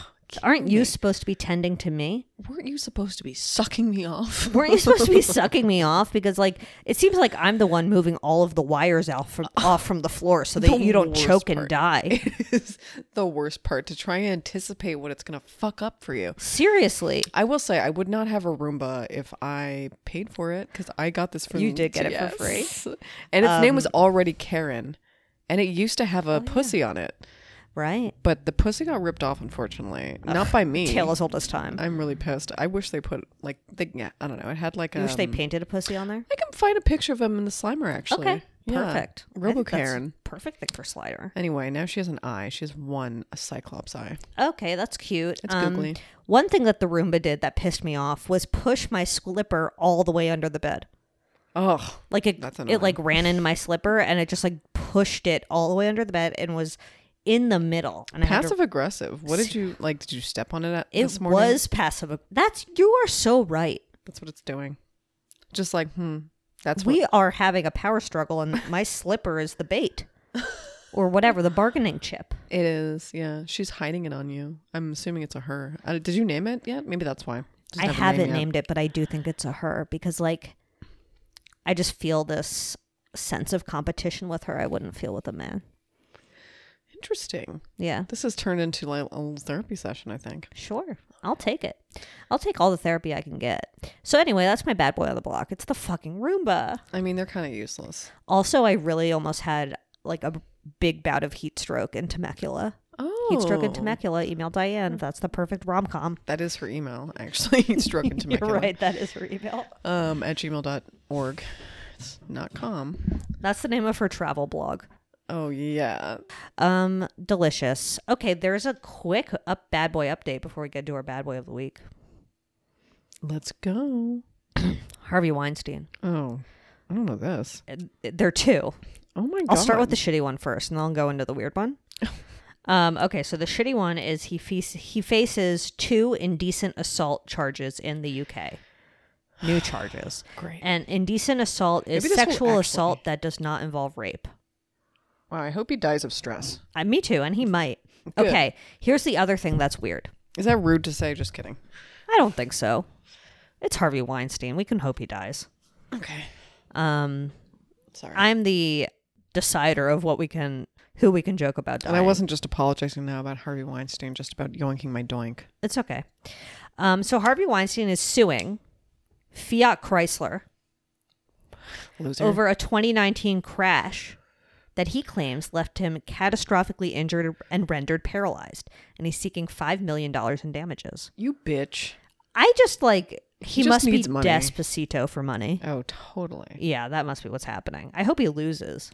[SPEAKER 1] Aren't you supposed to be tending to me?
[SPEAKER 4] Weren't you supposed to be sucking me off?
[SPEAKER 1] Weren't you supposed to be sucking me off? Because like it seems like I'm the one moving all of the wires out from off from the floor so that
[SPEAKER 4] The
[SPEAKER 1] you don't
[SPEAKER 4] worst
[SPEAKER 1] choke and
[SPEAKER 4] part.
[SPEAKER 1] die.
[SPEAKER 4] is the worst part to try and anticipate what it's gonna fuck up for you.
[SPEAKER 1] Seriously.
[SPEAKER 4] I will say I would not have a Roomba if I paid for it because I got this from
[SPEAKER 1] You did get it for free. Um,
[SPEAKER 4] free, and its name was already Karen, and it used to have a
[SPEAKER 1] oh,
[SPEAKER 4] pussy on it,
[SPEAKER 1] Right.
[SPEAKER 4] but the pussy got ripped off unfortunately, not by me.
[SPEAKER 1] Tale as old as time. I
[SPEAKER 4] I'm really pissed. I wish they put like they, yeah, I don't know. It had like a.
[SPEAKER 1] wish they painted a pussy on there.
[SPEAKER 4] I can find a picture of him in the Slimer actually.
[SPEAKER 1] Okay.
[SPEAKER 4] Yeah.
[SPEAKER 1] Perfect. I
[SPEAKER 4] Robo
[SPEAKER 1] think that's
[SPEAKER 4] Karen.
[SPEAKER 1] a Perfect thing for Slider.
[SPEAKER 4] Anyway, now she has an eye. She has one a Cyclops eye.
[SPEAKER 1] Okay, that's cute. Um,
[SPEAKER 4] It's googly.
[SPEAKER 1] One thing that the Roomba did that pissed me off was push my slipper all the way under the bed.
[SPEAKER 4] Oh,
[SPEAKER 1] Like it,
[SPEAKER 4] That's
[SPEAKER 1] it like ran into my slipper and it just like pushed it all the way under the bed and was in the middle. And I had to-
[SPEAKER 4] passive aggressive. What did you like? Did you step on it at,
[SPEAKER 1] It
[SPEAKER 4] this morning?
[SPEAKER 1] was passive. ag- That's you are so right.
[SPEAKER 4] That's what it's doing. Just like, hmm, that's
[SPEAKER 1] we
[SPEAKER 4] what
[SPEAKER 1] are having a power struggle, and my slipper is the bait, or whatever the bargaining chip.
[SPEAKER 4] it is. Yeah, she's hiding it on you. I'm assuming it's a her. Uh, did you name it yet? Maybe that's why. Doesn't
[SPEAKER 1] I
[SPEAKER 4] have a
[SPEAKER 1] haven't
[SPEAKER 4] name yet.
[SPEAKER 1] named it, but I do think it's a her because, like, I just feel this sense of competition with her I wouldn't feel with a man.
[SPEAKER 4] Interesting.
[SPEAKER 1] Yeah.
[SPEAKER 4] This has turned into like a little therapy session. I think.
[SPEAKER 1] Sure. I'll take it. I'll take all the therapy I can get. So, anyway, that's my bad boy on the block. It's the fucking Roomba.
[SPEAKER 4] I mean, they're kind of useless.
[SPEAKER 1] Also, I really almost had like a big bout of heat stroke in Temecula.
[SPEAKER 4] Oh,
[SPEAKER 1] Heat stroke in Temecula. Email Diane. That's the perfect rom com.
[SPEAKER 4] That is her email, actually. Heat stroke in
[SPEAKER 1] You're
[SPEAKER 4] Temecula.
[SPEAKER 1] right. That is her email.
[SPEAKER 4] Um, at gmail.org. It's not com.
[SPEAKER 1] That's the name of her travel blog.
[SPEAKER 4] Oh yeah.
[SPEAKER 1] Um, delicious. Okay, there's a quick up bad boy update before we get to our bad boy of the week.
[SPEAKER 4] Let's go.
[SPEAKER 1] Harvey Weinstein.
[SPEAKER 4] Oh, I don't know this.
[SPEAKER 1] Uh, There are two.
[SPEAKER 4] Oh my god.
[SPEAKER 1] I'll start with the shitty one first, and then I'll go into the weird one. Um, okay, so the shitty one is he face he faces two indecent assault charges in the UK. New charges.
[SPEAKER 4] Great.
[SPEAKER 1] And indecent assault is
[SPEAKER 4] Maybe this will
[SPEAKER 1] sexual
[SPEAKER 4] actually-
[SPEAKER 1] assault that does not involve rape.
[SPEAKER 4] Wow, I hope he dies of stress.
[SPEAKER 1] Uh, me too, and he might.
[SPEAKER 4] Good.
[SPEAKER 1] Okay, here's the other thing that's weird.
[SPEAKER 4] Is that rude to say? Just kidding.
[SPEAKER 1] I don't think so. It's Harvey Weinstein. We can hope he dies.
[SPEAKER 4] Okay.
[SPEAKER 1] Um,
[SPEAKER 4] Sorry.
[SPEAKER 1] I'm the decider of what we can, who we can joke about. Dying.
[SPEAKER 4] and I wasn't just apologizing now about Harvey Weinstein, just about yoinking my doink.
[SPEAKER 1] It's okay. Um, so Harvey Weinstein is suing Fiat Chrysler
[SPEAKER 4] Loser.
[SPEAKER 1] over a 2019 crash that he claims left him catastrophically injured and rendered paralyzed, and he's seeking five million dollars in damages.
[SPEAKER 4] You bitch.
[SPEAKER 1] I just like he,
[SPEAKER 4] just
[SPEAKER 1] must be
[SPEAKER 4] needs money.
[SPEAKER 1] Despacito for money.
[SPEAKER 4] Oh, totally.
[SPEAKER 1] Yeah, that must be what's happening. I hope he loses.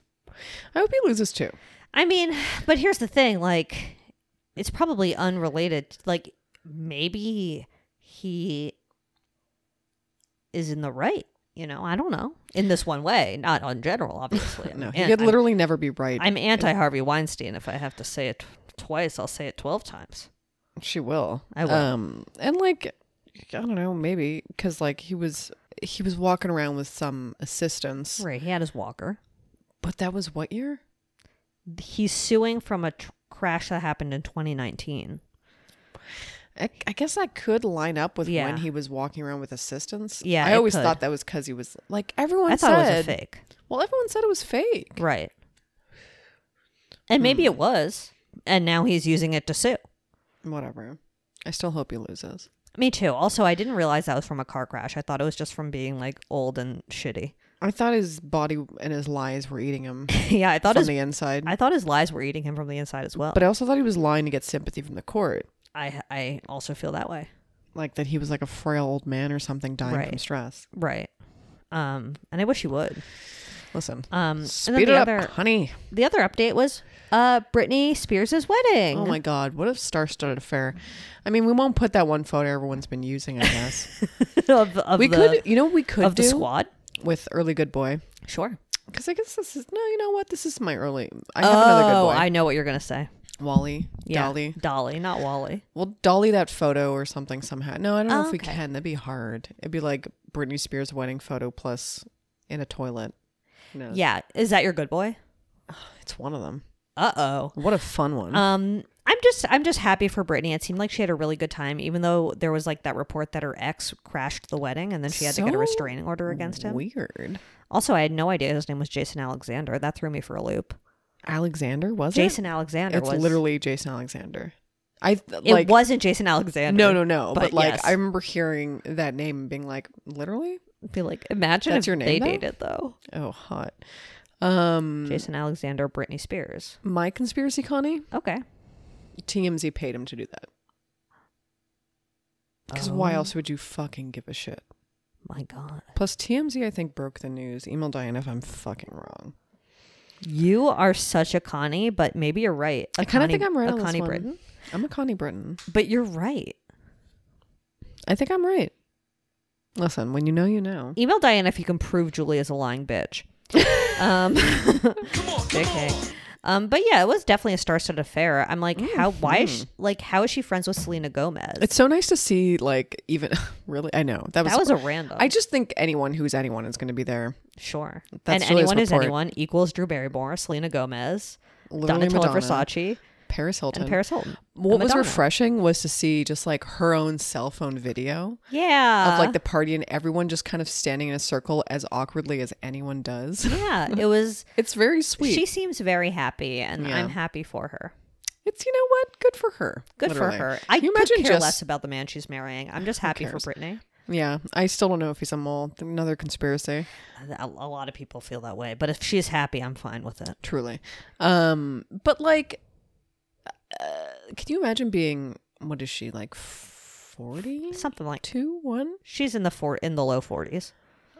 [SPEAKER 4] I hope he loses too.
[SPEAKER 1] I mean, but here's the thing: like, it's probably unrelated. Like, maybe he is in the right. You know, I don't know. In this one way, not in general, obviously.
[SPEAKER 4] No,
[SPEAKER 1] I'm
[SPEAKER 4] he
[SPEAKER 1] an-
[SPEAKER 4] could
[SPEAKER 1] I'm-
[SPEAKER 4] literally never be right.
[SPEAKER 1] I'm anti Harvey Weinstein. If I have to say it tw- twice, I'll say it twelve times.
[SPEAKER 4] She will.
[SPEAKER 1] I will.
[SPEAKER 4] Um, and like, I don't know, maybe because like he was he was walking around with some assistance,
[SPEAKER 1] Right? He had his walker.
[SPEAKER 4] but that was what year?
[SPEAKER 1] He's suing from a tr- crash that happened in 2019.
[SPEAKER 4] I, I guess that could line up with
[SPEAKER 1] Yeah.
[SPEAKER 4] when he was walking around with assistance.
[SPEAKER 1] Yeah,
[SPEAKER 4] I
[SPEAKER 1] it
[SPEAKER 4] always
[SPEAKER 1] could.
[SPEAKER 4] thought that was because he was like everyone.
[SPEAKER 1] I thought
[SPEAKER 4] said,
[SPEAKER 1] it was a fake.
[SPEAKER 4] Well, everyone said it was fake.
[SPEAKER 1] Right. And maybe it was. And now he's using it to sue.
[SPEAKER 4] Whatever. I still hope he loses.
[SPEAKER 1] Me too. Also, I didn't realize that was from a car crash. I thought it was just from being like old and shitty.
[SPEAKER 4] I thought his body and his lies were eating him
[SPEAKER 1] yeah, I thought
[SPEAKER 4] from
[SPEAKER 1] his
[SPEAKER 4] the inside.
[SPEAKER 1] I thought his lies were eating him from the inside as well.
[SPEAKER 4] but I also thought he was lying to get sympathy from the court,
[SPEAKER 1] I I also feel that way.
[SPEAKER 4] like that he was like a frail old man or something dying from
[SPEAKER 1] Right.
[SPEAKER 4] stress.
[SPEAKER 1] Right. Um and I wish he would.
[SPEAKER 4] Listen,
[SPEAKER 1] Um and then
[SPEAKER 4] speed
[SPEAKER 1] the
[SPEAKER 4] it up,
[SPEAKER 1] other
[SPEAKER 4] honey.
[SPEAKER 1] the other update was uh Britney Spears' wedding.
[SPEAKER 4] Oh my God, what a star-studded affair! I mean, we won't put that one photo everyone's been using. I guess
[SPEAKER 1] of, of
[SPEAKER 4] we
[SPEAKER 1] the,
[SPEAKER 4] could, you know, what we could
[SPEAKER 1] of
[SPEAKER 4] do
[SPEAKER 1] the squad.
[SPEAKER 4] with early good boy
[SPEAKER 1] Sure.
[SPEAKER 4] because I guess this is no, you know what? This is my early. I have another good
[SPEAKER 1] oh,
[SPEAKER 4] boy,
[SPEAKER 1] I know what you're gonna say.
[SPEAKER 4] Wally,
[SPEAKER 1] Yeah.
[SPEAKER 4] Dolly.
[SPEAKER 1] Dolly, not Wally.
[SPEAKER 4] We'll dolly that photo or something somehow. No, I don't know
[SPEAKER 1] Oh,
[SPEAKER 4] if we
[SPEAKER 1] okay.
[SPEAKER 4] can. That'd be hard. It'd be like Britney Spears' wedding photo plus in a toilet. No,
[SPEAKER 1] Yeah. Is that your good boy?
[SPEAKER 4] it's one of them.
[SPEAKER 1] Uh oh.
[SPEAKER 4] What a fun one!
[SPEAKER 1] Um, I'm just I'm just happy for Brittany. It seemed like she had a really good time, even though there was like that report that her ex crashed the wedding and then she had to get a
[SPEAKER 4] So
[SPEAKER 1] restraining order against him.
[SPEAKER 4] Weird.
[SPEAKER 1] Also, I had no idea his name was Jason Alexander. That threw me for a loop.
[SPEAKER 4] Alexander was it?
[SPEAKER 1] Jason Alexander
[SPEAKER 4] It's
[SPEAKER 1] was
[SPEAKER 4] literally Jason Alexander. I th-
[SPEAKER 1] it
[SPEAKER 4] like
[SPEAKER 1] wasn't Jason Alexander.
[SPEAKER 4] no no no, but, like
[SPEAKER 1] yes.
[SPEAKER 4] I remember hearing that name and being like, literally,
[SPEAKER 1] be like imagine
[SPEAKER 4] That's
[SPEAKER 1] if
[SPEAKER 4] your name
[SPEAKER 1] they
[SPEAKER 4] now?
[SPEAKER 1] dated though.
[SPEAKER 4] oh hot. Um,
[SPEAKER 1] Jason Alexander, Britney Spears.
[SPEAKER 4] my conspiracy, Connie,
[SPEAKER 1] Okay.
[SPEAKER 4] TMZ paid him to do that because why
[SPEAKER 1] Oh.
[SPEAKER 4] else would you fucking give a shit?
[SPEAKER 1] My God,
[SPEAKER 4] Plus, TMZ I think broke the news. Email Diane if I'm fucking wrong.
[SPEAKER 1] you are such a Connie, but maybe you're right. I
[SPEAKER 4] I kind of think I'm right
[SPEAKER 1] A
[SPEAKER 4] on
[SPEAKER 1] Connie
[SPEAKER 4] this one.
[SPEAKER 1] Britton,
[SPEAKER 4] I'm a Connie Britton.
[SPEAKER 1] but you're right.
[SPEAKER 4] I think I'm right. Listen, when you know, you know.
[SPEAKER 1] Email Diane if you can prove Julie is a lying bitch. um, JK. Um, but yeah, it was definitely a star-studded affair. I'm like, how? Why? Is she, like, how is she friends with Selena Gomez?
[SPEAKER 4] Mm-hmm. It's so nice to see, like, even really. I know that was
[SPEAKER 1] that was a random.
[SPEAKER 4] I just think anyone who's anyone is going to be there.
[SPEAKER 1] sure.
[SPEAKER 4] That's
[SPEAKER 1] and
[SPEAKER 4] Julia's
[SPEAKER 1] anyone is
[SPEAKER 4] report.
[SPEAKER 1] anyone equals Drew Barrymore, Selena Gomez,
[SPEAKER 4] Literally
[SPEAKER 1] Donatella
[SPEAKER 4] Madonna,
[SPEAKER 1] Versace,
[SPEAKER 4] Paris Hilton.
[SPEAKER 1] and Paris Hilton.
[SPEAKER 4] what
[SPEAKER 1] and
[SPEAKER 4] was
[SPEAKER 1] Madonna.
[SPEAKER 4] refreshing was to see just like her own cell phone video
[SPEAKER 1] Yeah.
[SPEAKER 4] of like the party and everyone just kind of standing in a circle as awkwardly as anyone does.
[SPEAKER 1] yeah, it was.
[SPEAKER 4] It's very sweet.
[SPEAKER 1] She seems very happy, and
[SPEAKER 4] Yeah.
[SPEAKER 1] I'm happy for her.
[SPEAKER 4] it's you know what? Good for her.
[SPEAKER 1] Good
[SPEAKER 4] Literally.
[SPEAKER 1] for her. I
[SPEAKER 4] you
[SPEAKER 1] could
[SPEAKER 4] imagine
[SPEAKER 1] care
[SPEAKER 4] just
[SPEAKER 1] less about the man she's marrying. I'm just happy for
[SPEAKER 4] cares?
[SPEAKER 1] Brittany.
[SPEAKER 4] yeah. I still don't know if he's a mole. Another conspiracy.
[SPEAKER 1] a, a lot of people feel that way but if she's happy i'm fine with it
[SPEAKER 4] Truly. Um, but like, uh, can you imagine being what is she like forty?
[SPEAKER 1] something like
[SPEAKER 4] Two one.
[SPEAKER 1] she's in the four in the low 40s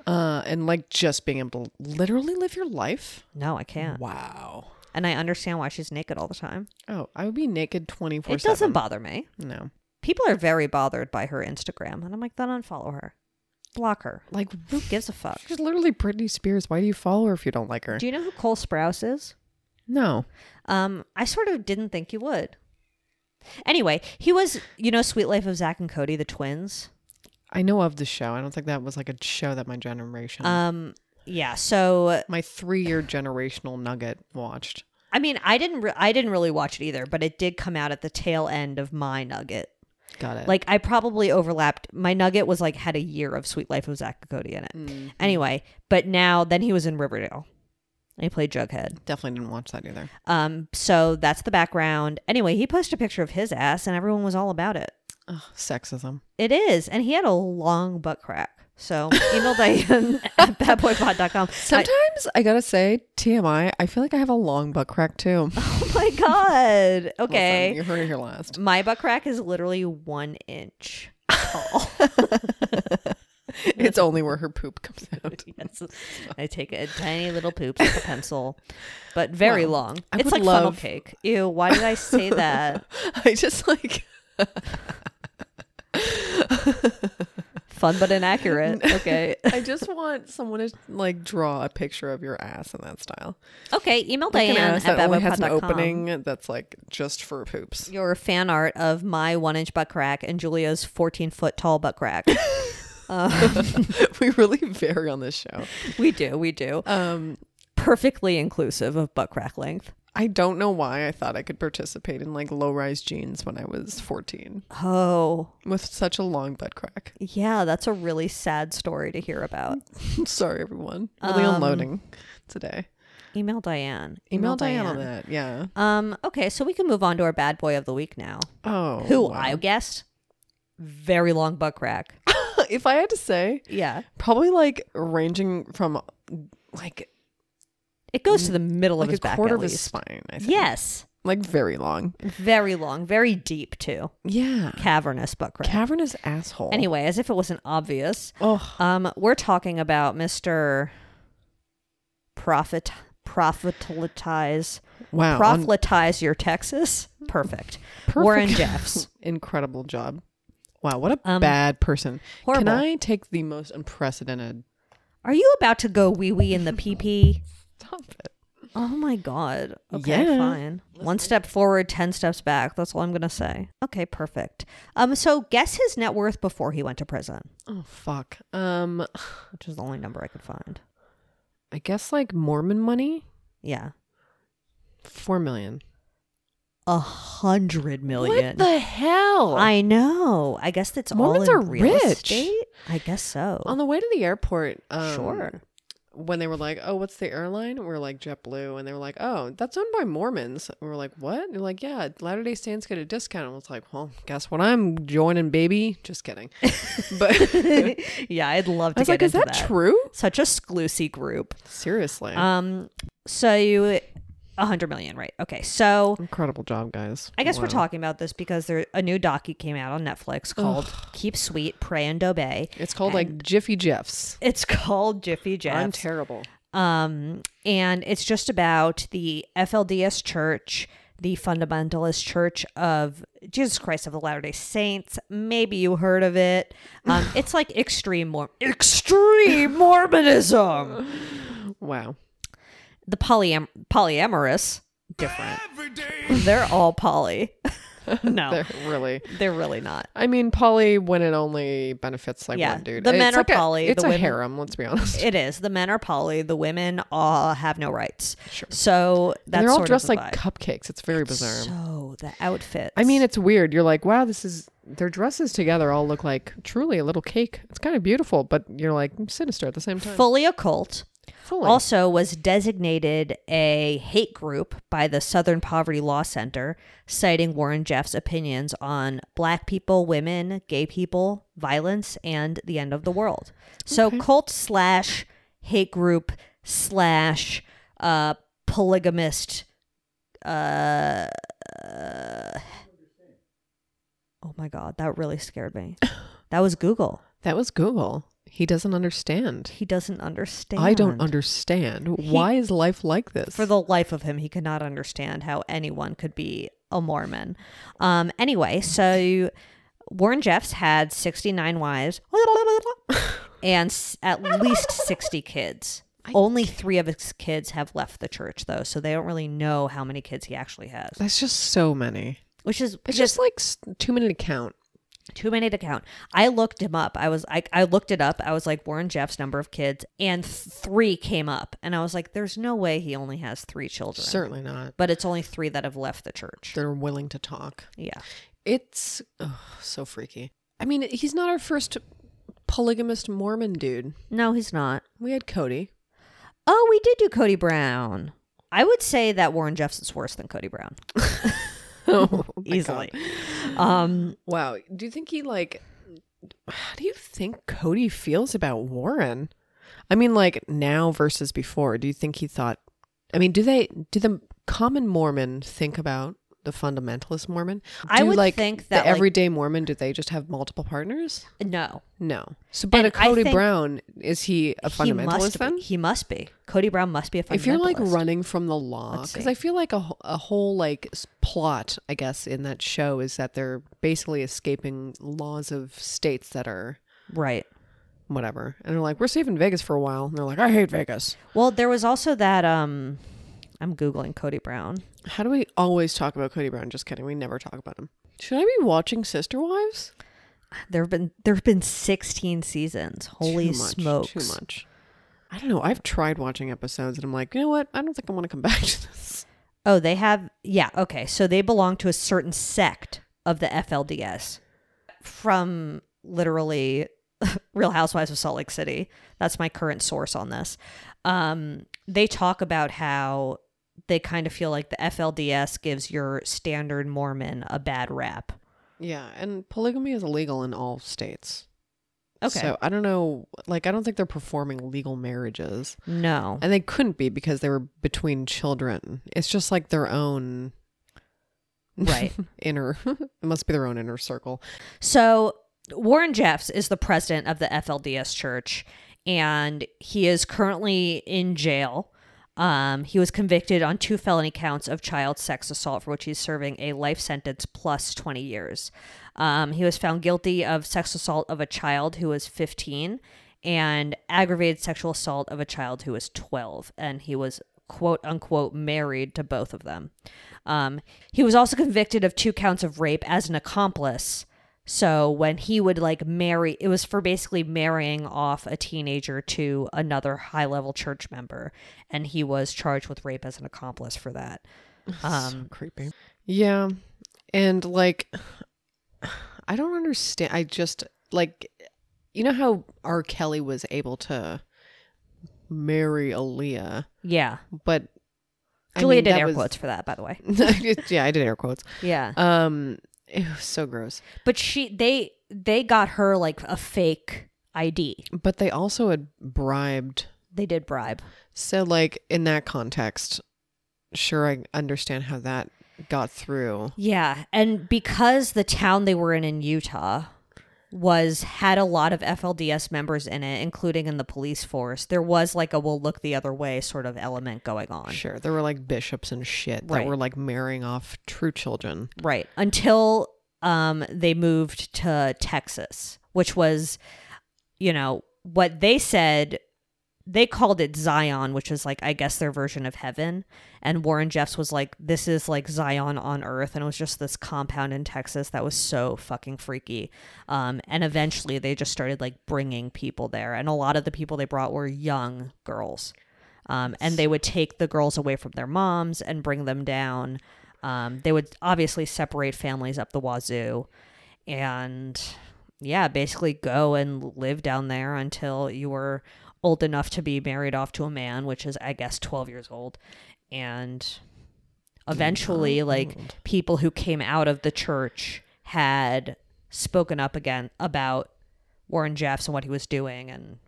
[SPEAKER 4] uh, and like just being able to literally live your life.
[SPEAKER 1] no i can't
[SPEAKER 4] Wow.
[SPEAKER 1] and i understand why she's naked all the time
[SPEAKER 4] Oh, I would be naked twenty four.
[SPEAKER 1] it doesn't bother me
[SPEAKER 4] No.
[SPEAKER 1] people are very bothered by her instagram and i'm like then unfollow her block her
[SPEAKER 4] Like
[SPEAKER 1] who gives a fuck
[SPEAKER 4] she's literally Britney Spears. Why do you follow her if you don't like her?
[SPEAKER 1] do you know who cole sprouse is
[SPEAKER 4] no.
[SPEAKER 1] um i sort of didn't think you would anyway he was you know sweet life of zach and cody the twins
[SPEAKER 4] I know of the show. I don't think that was like a show that my generation,
[SPEAKER 1] um yeah so
[SPEAKER 4] my three year generational nugget watched.
[SPEAKER 1] i mean i didn't re- i didn't really watch it either but it did come out at the tail end of my nugget
[SPEAKER 4] Got it.
[SPEAKER 1] Like I probably overlapped. My nugget was like had a year of Sweet Life of Zach and Cody in it.
[SPEAKER 4] Mm-hmm.
[SPEAKER 1] Anyway, but now then he was in Riverdale. And he played Jughead.
[SPEAKER 4] Definitely didn't watch that either.
[SPEAKER 1] Um, so that's the background. Anyway, he posted a picture of his ass, and everyone was all about it.
[SPEAKER 4] Ugh, sexism.
[SPEAKER 1] It is, and he had a long butt crack. So email Diane at badboypod.com.
[SPEAKER 4] Sometimes I, gotta say, TMI, I feel like I have a long butt crack too.
[SPEAKER 1] oh my god.
[SPEAKER 4] Listen,
[SPEAKER 1] Okay,
[SPEAKER 4] you heard it here last.
[SPEAKER 1] my butt crack is literally one inch.
[SPEAKER 4] it's only where her poop comes out.
[SPEAKER 1] Yes. I take a tiny little poops with a pencil, but very
[SPEAKER 4] Wow.
[SPEAKER 1] long.
[SPEAKER 4] I
[SPEAKER 1] it's
[SPEAKER 4] would
[SPEAKER 1] like funnel
[SPEAKER 4] love-
[SPEAKER 1] cake. Ew, why did I say that?
[SPEAKER 4] I just like
[SPEAKER 1] Fun but inaccurate. Okay.
[SPEAKER 4] I just want someone to like draw a picture of your ass in that style.
[SPEAKER 1] Okay, email
[SPEAKER 4] Like an
[SPEAKER 1] Diane
[SPEAKER 4] ass
[SPEAKER 1] at
[SPEAKER 4] that only has an
[SPEAKER 1] badboypod.com.
[SPEAKER 4] opening that's like just for poops.
[SPEAKER 1] Your fan art of my one inch butt crack and Julia's 14 foot tall butt crack.
[SPEAKER 4] we really vary on this show.
[SPEAKER 1] we do, we do.
[SPEAKER 4] Um,
[SPEAKER 1] Perfectly inclusive of butt crack length.
[SPEAKER 4] I don't know why I thought I could participate in like low rise jeans when I was 14
[SPEAKER 1] Oh,
[SPEAKER 4] with such a long butt crack.
[SPEAKER 1] yeah, that's a really sad story to hear about.
[SPEAKER 4] Sorry, everyone. Really
[SPEAKER 1] Um,
[SPEAKER 4] unloading today.
[SPEAKER 1] Email Diane.
[SPEAKER 4] Email Diane on that. Yeah.
[SPEAKER 1] Um, okay, so we can move on to our bad boy of the week now.
[SPEAKER 4] Oh.
[SPEAKER 1] Who
[SPEAKER 4] wow.
[SPEAKER 1] I guessed very long butt crack.
[SPEAKER 4] if I had to say,
[SPEAKER 1] yeah.
[SPEAKER 4] probably like ranging from like,
[SPEAKER 1] It goes to the middle of
[SPEAKER 4] Mm, like a
[SPEAKER 1] his back.
[SPEAKER 4] quarter
[SPEAKER 1] at
[SPEAKER 4] of his
[SPEAKER 1] least.
[SPEAKER 4] spine. I think.
[SPEAKER 1] Yes.
[SPEAKER 4] Like very long.
[SPEAKER 1] Very long, very deep too.
[SPEAKER 4] Yeah.
[SPEAKER 1] Cavernous butt crack.
[SPEAKER 4] Cavernous asshole.
[SPEAKER 1] anyway, as if it wasn't obvious.
[SPEAKER 4] Oh.
[SPEAKER 1] Um, we're talking about Mr. Profit Profitalize
[SPEAKER 4] Wow. on-
[SPEAKER 1] Profletize Your Texas. Perfect. Warren
[SPEAKER 4] Oh, Perfect.
[SPEAKER 1] Jeffs.
[SPEAKER 4] Incredible job. Wow, what a
[SPEAKER 1] Um,
[SPEAKER 4] bad person.
[SPEAKER 1] horrible.
[SPEAKER 4] Can I take the most unprecedented?
[SPEAKER 1] Are you about to go wee wee in the pee pee?
[SPEAKER 4] Stop it.
[SPEAKER 1] Oh my god. Okay,
[SPEAKER 4] Yeah.
[SPEAKER 1] fine. One step forward, ten steps back. That's all I'm gonna say. Okay, perfect. Um, so guess his net worth before he went to prison,
[SPEAKER 4] Oh fuck. Um,
[SPEAKER 1] which is the only number I could find.
[SPEAKER 4] I guess like Mormon money,
[SPEAKER 1] Yeah,
[SPEAKER 4] four million.
[SPEAKER 1] a hundred million.
[SPEAKER 4] What the hell?
[SPEAKER 1] I know. I guess that's
[SPEAKER 4] Mormons
[SPEAKER 1] all in
[SPEAKER 4] are
[SPEAKER 1] real
[SPEAKER 4] rich. Um,
[SPEAKER 1] estate. I guess so.
[SPEAKER 4] on the way to the airport. Um,
[SPEAKER 1] Sure.
[SPEAKER 4] When they were like, "Oh, what's the airline?" We are like JetBlue, and they were like, "Oh, that's owned by Mormons." And we are like, "What?" And they're like, "Yeah, Latter Day Saints get a discount." And I was like, "Well, guess what? I'm joining, baby." Just kidding. But I
[SPEAKER 1] yeah, I'd love to.
[SPEAKER 4] was
[SPEAKER 1] get
[SPEAKER 4] like, "Is
[SPEAKER 1] into
[SPEAKER 4] that, true?"
[SPEAKER 1] Such a sclusy group.
[SPEAKER 4] Seriously.
[SPEAKER 1] Um, so you, a hundred million, right? Okay, so
[SPEAKER 4] Incredible job, guys.
[SPEAKER 1] I guess we're
[SPEAKER 4] Wow.
[SPEAKER 1] talking about this because there a new docu came out on Netflix called "Keep Sweet, Pray and Obey."
[SPEAKER 4] It's called like Jiffy Jeffs.
[SPEAKER 1] It's called Jiffy
[SPEAKER 4] I'm
[SPEAKER 1] Jeffs,
[SPEAKER 4] terrible.
[SPEAKER 1] um, and it's just about the FLDS Church, the Fundamentalist Church of Jesus Christ of the Latter Day Saints. Maybe you heard of it. Um, it's like extreme Mor- extreme Mormonism,
[SPEAKER 4] Wow.
[SPEAKER 1] the polyam- polyamorous different. They're all poly. no,
[SPEAKER 4] They're really.
[SPEAKER 1] they're really not.
[SPEAKER 4] I mean, poly when it only benefits like
[SPEAKER 1] Yeah,
[SPEAKER 4] one dude.
[SPEAKER 1] the
[SPEAKER 4] It's
[SPEAKER 1] men are
[SPEAKER 4] like a-
[SPEAKER 1] poly,
[SPEAKER 4] It's
[SPEAKER 1] the
[SPEAKER 4] a
[SPEAKER 1] women-
[SPEAKER 4] harem. Let's be honest.
[SPEAKER 1] It is. The men are poly. The women all have no rights. Sure. So that's
[SPEAKER 4] And they're all
[SPEAKER 1] sort
[SPEAKER 4] dressed
[SPEAKER 1] of the vibe.
[SPEAKER 4] like cupcakes. It's very bizarre.
[SPEAKER 1] So the outfits.
[SPEAKER 4] I mean, it's weird. You're like, wow, this is their dresses together all look like truly a little cake. It's kind of beautiful, but you're like sinister at the same time.
[SPEAKER 1] fully occult.
[SPEAKER 4] Fully.
[SPEAKER 1] Also, was designated a hate group by the Southern Poverty Law Center, citing Warren Jeff's opinions on black people, women, gay people, violence, and the end of the world. So, cult slash hate group slash uh, polygamist. Uh, oh my God, that really scared me. That was Google.
[SPEAKER 4] that was Google. He doesn't understand.
[SPEAKER 1] He doesn't understand.
[SPEAKER 4] I don't understand. Why is life like this?
[SPEAKER 1] for the life of him he could not understand how anyone could be a mormon um anyway so warren jeffs had 69 wives and s- at least 60 kids only three of his kids have left the church though so they don't really know how many kids he actually has
[SPEAKER 4] That's just so many.
[SPEAKER 1] which is
[SPEAKER 4] It's
[SPEAKER 1] just
[SPEAKER 4] just like s- too many to count.
[SPEAKER 1] too many to count i looked him up i was I, I looked it up i was like warren jeff's number of kids and th- three came up and i was like there's no way he only has three children
[SPEAKER 4] Certainly not.
[SPEAKER 1] but it's only three that have left the church
[SPEAKER 4] They're willing to talk.
[SPEAKER 1] yeah
[SPEAKER 4] It's oh, so freaky. I mean, he's not our first polygamist Mormon dude.
[SPEAKER 1] No, he's not.
[SPEAKER 4] We had Cody.
[SPEAKER 1] Oh, we did do Cody Brown. I would say that Warren Jeffson's worse than Cody Brown.
[SPEAKER 4] Oh, my
[SPEAKER 1] Easily.
[SPEAKER 4] God.
[SPEAKER 1] Um,
[SPEAKER 4] Wow. Do you think he like? How do you think Cody feels about Warren? I mean, like now versus before. Do you think he thought? I mean, do they? Do the common Mormon think about the fundamentalist Mormon?
[SPEAKER 1] I
[SPEAKER 4] Do,
[SPEAKER 1] would
[SPEAKER 4] like,
[SPEAKER 1] think
[SPEAKER 4] the
[SPEAKER 1] that, like-
[SPEAKER 4] everyday Mormon. Do they just have multiple partners?
[SPEAKER 1] no.
[SPEAKER 4] No. So, but
[SPEAKER 1] And
[SPEAKER 4] a
[SPEAKER 1] I
[SPEAKER 4] Cody
[SPEAKER 1] think
[SPEAKER 4] Brown is he a
[SPEAKER 1] he
[SPEAKER 4] fundamentalist
[SPEAKER 1] must be-
[SPEAKER 4] then?
[SPEAKER 1] He must be. Cody Brown must be a fundamentalist.
[SPEAKER 4] if you're like running from the law
[SPEAKER 1] Let's
[SPEAKER 4] because
[SPEAKER 1] see.
[SPEAKER 4] i feel like a, wh- a whole like s- plot i guess in that show is that they're basically escaping laws of states that are
[SPEAKER 1] Right.
[SPEAKER 4] whatever and they're like we're safe in vegas for a while and they're like i hate vegas
[SPEAKER 1] Well, there was also that um I'm googling Cody Brown.
[SPEAKER 4] how do we always talk about cody brown just kidding we never talk about him should i be watching sister wives
[SPEAKER 1] There've been there've been 16 seasons. Holy
[SPEAKER 4] too much,
[SPEAKER 1] smokes.
[SPEAKER 4] too much i don't know i've tried watching episodes and i'm like you know what i don't think i want to come back to this
[SPEAKER 1] Oh, they have yeah, okay. So they belong to a certain sect of the FLDS from literally Real Housewives of Salt Lake City. That's my current source on this. Um they talk about how they kind of feel like the FLDS gives your standard Mormon a bad rap.
[SPEAKER 4] yeah and polygamy is illegal in all states
[SPEAKER 1] Okay.
[SPEAKER 4] So I don't know. Like, I don't think they're performing legal marriages.
[SPEAKER 1] no.
[SPEAKER 4] And they couldn't be because they were between children. It's just like their own.
[SPEAKER 1] Right.
[SPEAKER 4] inner. it must be their own inner circle.
[SPEAKER 1] So Warren Jeffs is the president of the FLDS Church, and he is currently in jail. Um, he was convicted on two felony counts of child sex assault, for which he's serving a life sentence plus 20 years. Um, he was found guilty of sex assault of a child who was 15 and aggravated sexual assault of a child who was 12. And he was quote unquote married to both of them. Um, he was also convicted of two counts of rape as an accomplice. So when he would like marry, it was for basically marrying off a teenager to another high level church member, and he was charged with rape as an accomplice for that. Um,
[SPEAKER 4] Creepy. Yeah. And like, I don't understand. I just, like, you know how R. Kelly was able to marry Aaliyah,
[SPEAKER 1] yeah,
[SPEAKER 4] but. I
[SPEAKER 1] Julia
[SPEAKER 4] mean,
[SPEAKER 1] did
[SPEAKER 4] that
[SPEAKER 1] air
[SPEAKER 4] was-
[SPEAKER 1] quotes for that, by the way.
[SPEAKER 4] yeah, I did air quotes.
[SPEAKER 1] Yeah,
[SPEAKER 4] Um, it was so gross.
[SPEAKER 1] but she they they got her like a fake ID.
[SPEAKER 4] But they also had bribed.
[SPEAKER 1] They did bribe.
[SPEAKER 4] So, like, in that context, sure, I understand how that got through.
[SPEAKER 1] Yeah, and because the town they were in in Utah was had a lot of FLDS members in it, including in the police force, there was like a "we'll look the other way" sort of element going on.
[SPEAKER 4] Sure. There were like bishops and shit that
[SPEAKER 1] Right.
[SPEAKER 4] were like marrying off true children.
[SPEAKER 1] Right. Until um they moved to Texas, which was you know, what they said they called it Zion, which is like I guess their version of heaven. And Warren Jeffs was like this is like Zion on earth and it was just this compound in Texas that was so fucking freaky. Um and eventually they just started like bringing people there and a lot of the people they brought were young girls. Um, and they would take the girls away from their moms and bring them down. Um, they would obviously separate families up the wazoo, and yeah, basically go and live down there until you were old enough to be married off to a man, which is I guess twelve years old, and eventually, like people who came out of the church had spoken up again about Warren Jeffs and what he was doing, and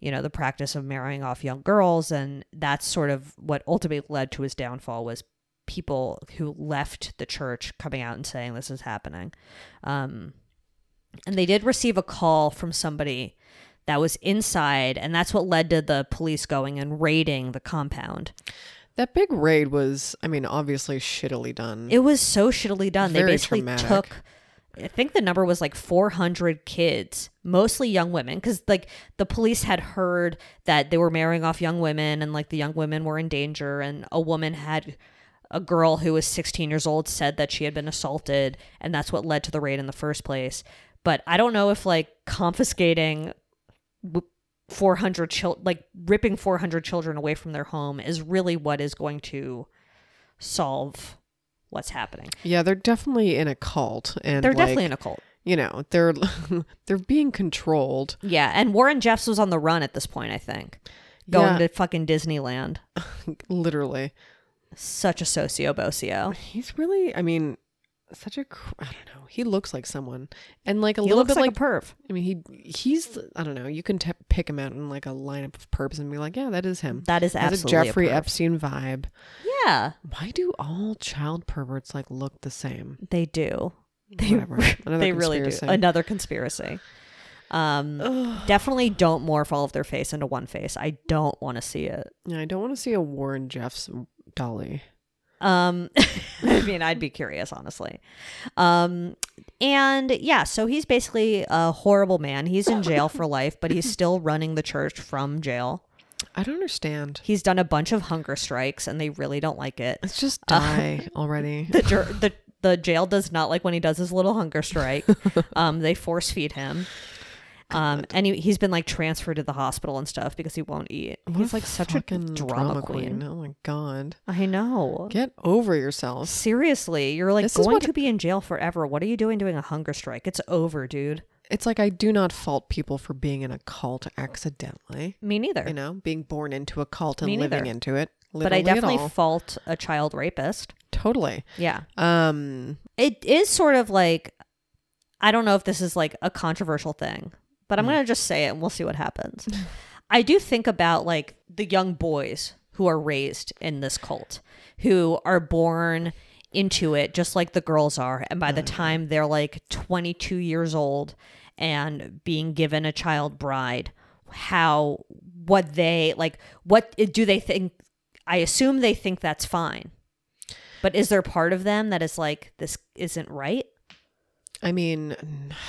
[SPEAKER 1] you know the practice of marrying off young girls and that's sort of what ultimately led to his downfall was people who left the church coming out and saying this is happening um, and they did receive a call from somebody that was inside and that's what led to the police going and raiding the compound
[SPEAKER 4] That big raid was, I mean, obviously shittily done.
[SPEAKER 1] it was so shittily done they
[SPEAKER 4] Very
[SPEAKER 1] basically
[SPEAKER 4] traumatic.
[SPEAKER 1] took i think the number was like 400 kids mostly young women because like the police had heard that they were marrying off young women and like the young women were in danger and a woman had a girl who was 16 years old said that she had been assaulted and that's what led to the raid in the first place but i don't know if like confiscating w- 400 children like ripping 400 children away from their home is really what is going to solve what's happening.
[SPEAKER 4] Yeah, they're definitely in a cult, and
[SPEAKER 1] They're
[SPEAKER 4] like,
[SPEAKER 1] definitely in a cult.
[SPEAKER 4] You know, they're they're being controlled.
[SPEAKER 1] Yeah, and Warren Jeffs was on the run at this point, I think. Going
[SPEAKER 4] Yeah.
[SPEAKER 1] to fucking Disneyland.
[SPEAKER 4] Literally,
[SPEAKER 1] Such a sociobocio.
[SPEAKER 4] he's really. I mean, such a. cr- I don't know. He looks like someone, and like a
[SPEAKER 1] He
[SPEAKER 4] little
[SPEAKER 1] looks
[SPEAKER 4] bit
[SPEAKER 1] like,
[SPEAKER 4] like.
[SPEAKER 1] a perv.
[SPEAKER 4] I mean, he he's. I don't know. You can t- pick him out in like a lineup of perps and be like, yeah, that is him.
[SPEAKER 1] That is
[SPEAKER 4] Has a
[SPEAKER 1] absolutely a
[SPEAKER 4] Jeffrey
[SPEAKER 1] perv.
[SPEAKER 4] Epstein vibe.
[SPEAKER 1] Yeah,
[SPEAKER 4] Why do all child perverts like look the same?
[SPEAKER 1] they do. They,
[SPEAKER 4] Whatever. Another
[SPEAKER 1] they really do.
[SPEAKER 4] conspiracy.
[SPEAKER 1] Another conspiracy. Um, definitely don't morph all of their face into one face. I don't want to see it.
[SPEAKER 4] Yeah, I don't want to see a Warren Jeffs dolly.
[SPEAKER 1] Um, I mean, I'd be curious, honestly. Um, and yeah, so he's basically a horrible man. He's in jail for life, but he's still running the church from jail.
[SPEAKER 4] I don't understand.
[SPEAKER 1] He's done a bunch of hunger strikes, and they really don't like it.
[SPEAKER 4] Let's just die already.
[SPEAKER 1] Uh, The jur the the jail does not like when he does his little hunger strike. um, they force feed him. Um, and he, he's been like transferred to the hospital and stuff because he won't eat.
[SPEAKER 4] What
[SPEAKER 1] he's
[SPEAKER 4] a
[SPEAKER 1] like such a
[SPEAKER 4] fucking
[SPEAKER 1] drama, queen.
[SPEAKER 4] Oh my god.
[SPEAKER 1] I know.
[SPEAKER 4] Get over yourself.
[SPEAKER 1] Seriously, you're like
[SPEAKER 4] This is
[SPEAKER 1] going
[SPEAKER 4] what-
[SPEAKER 1] to be in jail forever. What are you doing doing a hunger strike? It's over, dude.
[SPEAKER 4] It's like I do not fault people for being in a cult accidentally.
[SPEAKER 1] Me neither.
[SPEAKER 4] You know, being born into a cult and
[SPEAKER 1] Me
[SPEAKER 4] living
[SPEAKER 1] neither.
[SPEAKER 4] into it.
[SPEAKER 1] but I
[SPEAKER 4] Literally at
[SPEAKER 1] definitely
[SPEAKER 4] all.
[SPEAKER 1] fault a child rapist.
[SPEAKER 4] totally.
[SPEAKER 1] Yeah.
[SPEAKER 4] Um,
[SPEAKER 1] It is sort of like I don't know if this is like a controversial thing, but I'm going to just say it and we'll see what happens. I do think about like the young boys who are raised in this cult who are born into it just like the girls are and by the time they're like 22 years old and being given a child bride how what they like what do they think I assume they think that's fine but is there part of them that is like this isn't right?
[SPEAKER 4] I mean,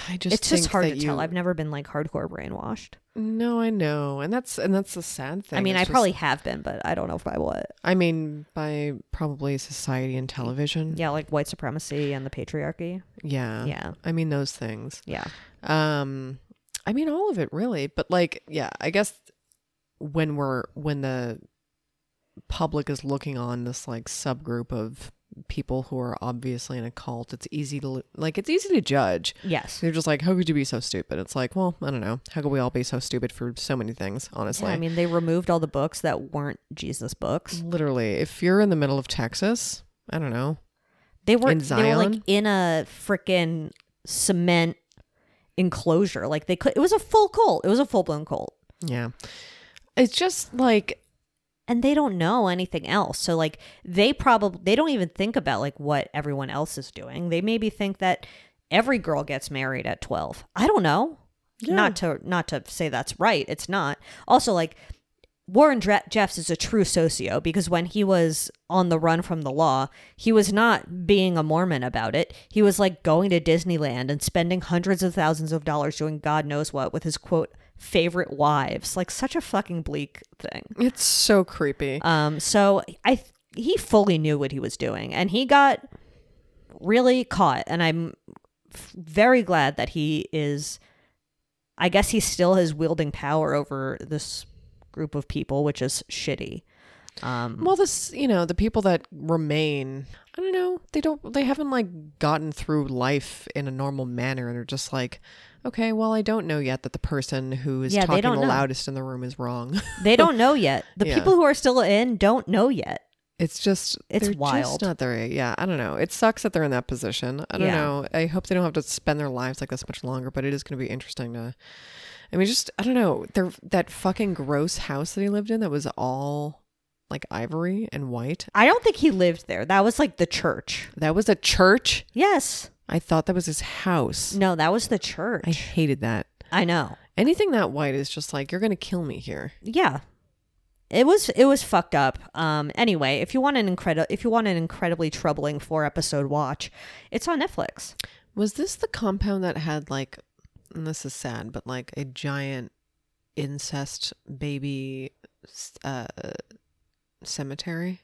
[SPEAKER 4] I just
[SPEAKER 1] it's just
[SPEAKER 4] think
[SPEAKER 1] hard
[SPEAKER 4] that
[SPEAKER 1] to tell.
[SPEAKER 4] you-
[SPEAKER 1] I've never been like hardcore brainwashed.
[SPEAKER 4] No, I know, and that's and that's the sad thing.
[SPEAKER 1] I mean,
[SPEAKER 4] It's
[SPEAKER 1] I
[SPEAKER 4] just-
[SPEAKER 1] probably have been, but I don't know by what.
[SPEAKER 4] I mean, by probably society and television.
[SPEAKER 1] Yeah, like white supremacy and the patriarchy.
[SPEAKER 4] Yeah.
[SPEAKER 1] Yeah.
[SPEAKER 4] I mean those things.
[SPEAKER 1] Yeah.
[SPEAKER 4] Um I mean all of it really, but like yeah, I guess when we're when the public is looking on this like subgroup of people who are obviously in a cult, it's easy to like it's easy to judge.
[SPEAKER 1] Yes.
[SPEAKER 4] They're just like, how could you be so stupid? It's like, well, I don't know. How could we all be so stupid for so many things, honestly?
[SPEAKER 1] Yeah, I mean, they removed all the books that weren't Jesus books.
[SPEAKER 4] literally, if you're in the middle of Texas, I don't know.
[SPEAKER 1] They were
[SPEAKER 4] In
[SPEAKER 1] they were like
[SPEAKER 4] Zion?
[SPEAKER 1] in a freaking cement enclosure. Like they could. It was a full cult. It was a full blown cult,
[SPEAKER 4] Yeah. It's just like
[SPEAKER 1] and they don't know anything else. So like they probably they don't even think about like what everyone else is doing. They maybe think that every girl gets married at twelve. I don't know. Not to not to say that's right. It's not. Also like Warren Dre- Jeffs is a true socio because when he was on the run from the law, he was not being a Mormon about it. He was like going to Disneyland and spending hundreds of thousands of dollars doing God knows what with his quote favorite wives. Like such a fucking bleak thing.
[SPEAKER 4] it's so creepy.
[SPEAKER 1] Um, so I th- he fully knew what he was doing, and he got really caught. And I'm f- very glad that he is. I guess he still is wielding power over this group of people, which is shitty. Um,
[SPEAKER 4] Well, this, you know, the people that remain, I don't know, they don't, they haven't like gotten through life in a normal manner and are just like, okay, well, I don't know yet that the person who is
[SPEAKER 1] Yeah, they
[SPEAKER 4] talking the
[SPEAKER 1] don't know.
[SPEAKER 4] loudest in the room is wrong.
[SPEAKER 1] they don't know yet. The
[SPEAKER 4] Yeah.
[SPEAKER 1] people who are still in don't know yet.
[SPEAKER 4] it's just,
[SPEAKER 1] It's
[SPEAKER 4] they're just
[SPEAKER 1] wild.
[SPEAKER 4] not there. Yeah, I don't know. It sucks that they're in that position. I don't
[SPEAKER 1] Yeah.
[SPEAKER 4] know. I hope they don't have to spend their lives like this much longer, but it is going to be interesting to, I mean, just, I don't know. They're, that fucking gross house that he lived in that was all like ivory and white.
[SPEAKER 1] I don't think he lived there. That was like the church.
[SPEAKER 4] That was a church.
[SPEAKER 1] Yes.
[SPEAKER 4] I thought that was his house.
[SPEAKER 1] No, that was the church.
[SPEAKER 4] I hated that.
[SPEAKER 1] I know.
[SPEAKER 4] Anything that white is just like you're gonna kill me here.
[SPEAKER 1] yeah it was it was fucked up um anyway if you want an incredible if you want an incredibly troubling four episode watch it's on netflix
[SPEAKER 4] Was this the compound that had like, and this is sad, but like a giant incest baby s- uh, cemetery?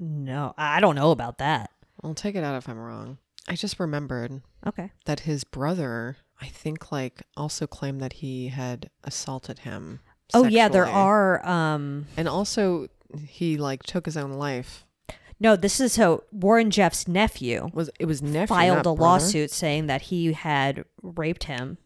[SPEAKER 1] no i I don't know about that
[SPEAKER 4] I'll take it out if I'm wrong. I just remembered
[SPEAKER 1] okay
[SPEAKER 4] that his brother, I think, like also claimed that he had assaulted him.
[SPEAKER 1] oh yeah there
[SPEAKER 4] sexually.
[SPEAKER 1] are um
[SPEAKER 4] and also he like took his own life.
[SPEAKER 1] No, this is so Warren Jeff's nephew
[SPEAKER 4] Was it was nephew
[SPEAKER 1] filed
[SPEAKER 4] not
[SPEAKER 1] a
[SPEAKER 4] brother?
[SPEAKER 1] lawsuit saying that he had raped him,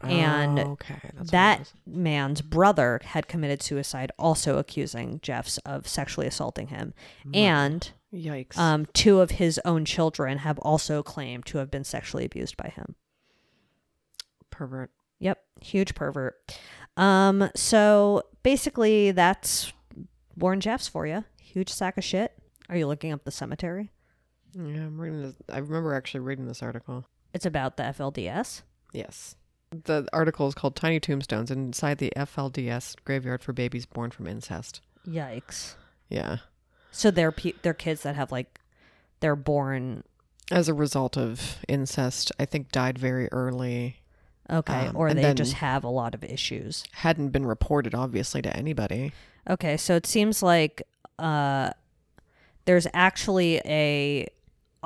[SPEAKER 1] and
[SPEAKER 4] Oh, okay, that's what it
[SPEAKER 1] that
[SPEAKER 4] was.
[SPEAKER 1] man's brother had committed suicide, also accusing Jeff's of sexually assaulting him, and
[SPEAKER 4] Yikes!
[SPEAKER 1] um, two of his own children have also claimed to have been sexually abused by him.
[SPEAKER 4] Pervert.
[SPEAKER 1] Yep, huge pervert. Um, so basically, that's Warren Jeffs for you. Huge sack of shit. Are you looking up the cemetery?
[SPEAKER 4] Yeah, I'm reading this. I remember actually reading this article.
[SPEAKER 1] It's about the FLDS.
[SPEAKER 4] Yes. The article is called Tiny Tombstones Inside the FLDS Graveyard for Babies Born from Incest.
[SPEAKER 1] Yikes!
[SPEAKER 4] Yeah.
[SPEAKER 1] So they're pe- they're kids that have like they're born
[SPEAKER 4] As a result of incest, I think died very early.
[SPEAKER 1] okay,
[SPEAKER 4] Um,
[SPEAKER 1] or
[SPEAKER 4] and
[SPEAKER 1] they
[SPEAKER 4] then-
[SPEAKER 1] just have a lot of issues.
[SPEAKER 4] Hadn't been reported, obviously, to anybody.
[SPEAKER 1] Okay, so it seems like uh, there's actually a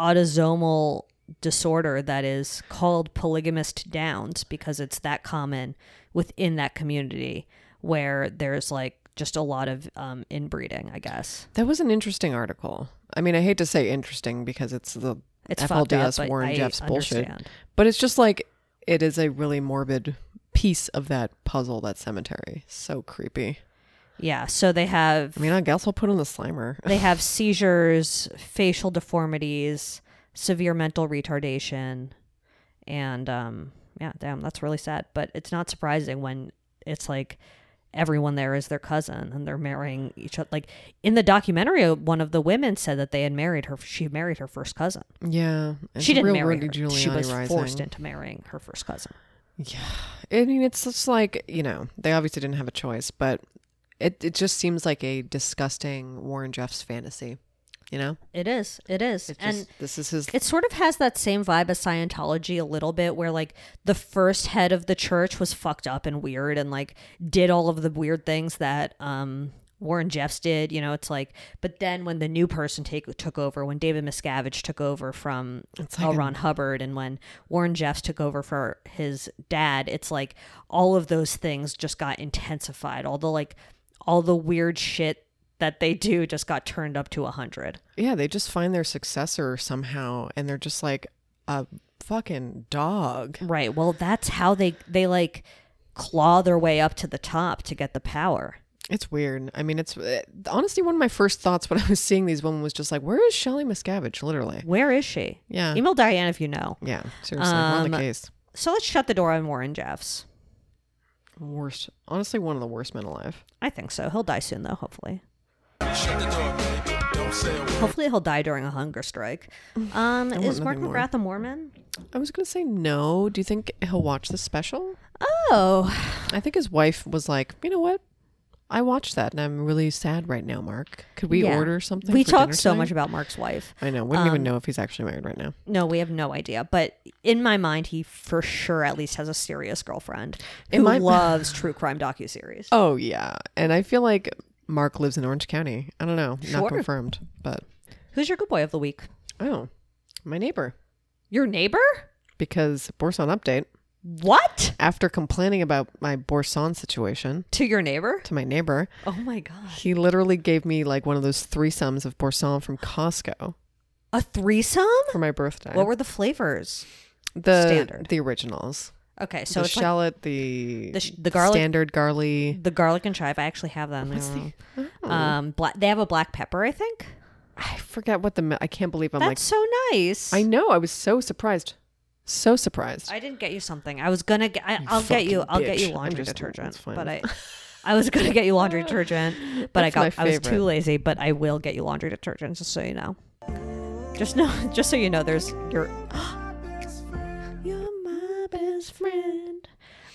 [SPEAKER 1] autosomal disorder that is called polygamist downs because it's that common within that community where there's like just a lot of um, inbreeding, I guess.
[SPEAKER 4] That was an interesting article. I mean, I hate to say interesting because it's the
[SPEAKER 1] It's fucked up,
[SPEAKER 4] FLDS
[SPEAKER 1] but
[SPEAKER 4] Warren
[SPEAKER 1] I
[SPEAKER 4] Jeffs bullshit.
[SPEAKER 1] understand.
[SPEAKER 4] But it's just like it is a really morbid piece of that puzzle, that cemetery. So creepy.
[SPEAKER 1] Yeah, so they have
[SPEAKER 4] I mean, I guess I'll put on the Slimer.
[SPEAKER 1] they have seizures, facial deformities, severe mental retardation, and um, yeah, damn, that's really sad. But it's not surprising when it's like everyone there is their cousin and they're marrying each other. Like in the documentary, uh, one of the women said that they had married her. She married her first cousin.
[SPEAKER 4] Yeah. it's
[SPEAKER 1] she didn't
[SPEAKER 4] real
[SPEAKER 1] marry
[SPEAKER 4] Rudy
[SPEAKER 1] her. She
[SPEAKER 4] Giuliani
[SPEAKER 1] was
[SPEAKER 4] rising.
[SPEAKER 1] forced into marrying her first cousin.
[SPEAKER 4] Yeah. I mean, it's just like, you know, they obviously didn't have a choice, but it, it just seems like a disgusting Warren Jeffs fantasy, you know?
[SPEAKER 1] It is. It is.
[SPEAKER 4] It
[SPEAKER 1] and
[SPEAKER 4] just, this is his.
[SPEAKER 1] it sort of has that same vibe as Scientology a little bit, where like the first head of the church was fucked up and weird and like did all of the weird things that um, Warren Jeffs did. You know, it's like, but then when the new person take, took over, when David Miscavige took over from
[SPEAKER 4] It's
[SPEAKER 1] L.
[SPEAKER 4] like a-
[SPEAKER 1] Ron Hubbard and when Warren Jeffs took over for his dad, it's like all of those things just got intensified. All the like, all the weird shit that they do just got turned up to 100.
[SPEAKER 4] Yeah, they just find their successor somehow, and they're just like a fucking dog.
[SPEAKER 1] Right. Well, that's how they they like claw their way up to the top to get the power.
[SPEAKER 4] It's weird. I mean, it's eh, honestly one of my first thoughts when I was seeing these women was just like, where is Shelly Miscavige? Literally.
[SPEAKER 1] Where is she?
[SPEAKER 4] Yeah.
[SPEAKER 1] Email Diane if you know.
[SPEAKER 4] Yeah, seriously. we're on the
[SPEAKER 1] Um,
[SPEAKER 4] case.
[SPEAKER 1] So let's shut the door on Warren Jeffs.
[SPEAKER 4] Worst. Honestly, one of the worst men alive.
[SPEAKER 1] I think so. He'll die soon though, hopefully. Hopefully he'll die during a hunger strike. Um, is Mark
[SPEAKER 4] nothing more.
[SPEAKER 1] McGrath a Mormon?
[SPEAKER 4] I was going to say no. Do you think he'll watch this special?
[SPEAKER 1] Oh,
[SPEAKER 4] I think his wife was like, you know what? I watched that and I'm really sad right now, Mark. Could we
[SPEAKER 1] yeah.
[SPEAKER 4] order something?
[SPEAKER 1] We
[SPEAKER 4] for
[SPEAKER 1] talked
[SPEAKER 4] dinner
[SPEAKER 1] so
[SPEAKER 4] tonight?"
[SPEAKER 1] much about Mark's wife.
[SPEAKER 4] I know. We don't even
[SPEAKER 1] um,
[SPEAKER 4] know if he's actually married right now.
[SPEAKER 1] No, we have no idea. But in my mind, he for sure at least has a serious girlfriend
[SPEAKER 4] In
[SPEAKER 1] who
[SPEAKER 4] my-
[SPEAKER 1] loves true crime docuseries.
[SPEAKER 4] Oh yeah, and I feel like Mark lives in Orange County. I don't know,
[SPEAKER 1] Sure.
[SPEAKER 4] not confirmed, but
[SPEAKER 1] Who's your good boy of the week?
[SPEAKER 4] oh, my neighbor.
[SPEAKER 1] Your neighbor?
[SPEAKER 4] Because Borson update
[SPEAKER 1] What?
[SPEAKER 4] after complaining about my Borson situation
[SPEAKER 1] To your neighbor?
[SPEAKER 4] to my neighbor,
[SPEAKER 1] Oh my god.
[SPEAKER 4] he literally gave me like one of those threesomes of Borson from Costco
[SPEAKER 1] A threesome?
[SPEAKER 4] for my birthday.
[SPEAKER 1] What were the flavors?
[SPEAKER 4] the
[SPEAKER 1] standard?
[SPEAKER 4] the originals?
[SPEAKER 1] Okay, so
[SPEAKER 4] the
[SPEAKER 1] it's like
[SPEAKER 4] shallot, the
[SPEAKER 1] the sh- the garlic-
[SPEAKER 4] standard garlic.
[SPEAKER 1] the garlic and chive. I actually have that in my room.
[SPEAKER 4] Oh,
[SPEAKER 1] Um, bla- they have a black pepper, I think.
[SPEAKER 4] I forget what the me- I can't believe I'm
[SPEAKER 1] That's so nice.
[SPEAKER 4] like. I know. I was so surprised, so surprised.
[SPEAKER 1] I didn't get you something. I was gonna. Get, I, I'll get you.
[SPEAKER 4] fucking
[SPEAKER 1] I'll get
[SPEAKER 4] bitch.
[SPEAKER 1] you
[SPEAKER 4] I'm
[SPEAKER 1] laundry
[SPEAKER 4] just- it's
[SPEAKER 1] detergent.
[SPEAKER 4] fine.
[SPEAKER 1] But I, I was gonna get you laundry detergent. But I
[SPEAKER 4] That's my
[SPEAKER 1] got. I was too
[SPEAKER 4] favorite.
[SPEAKER 1] lazy. But I will get you laundry detergent. Just so you know. Just know. Just so you know. There's your. You're my best friend.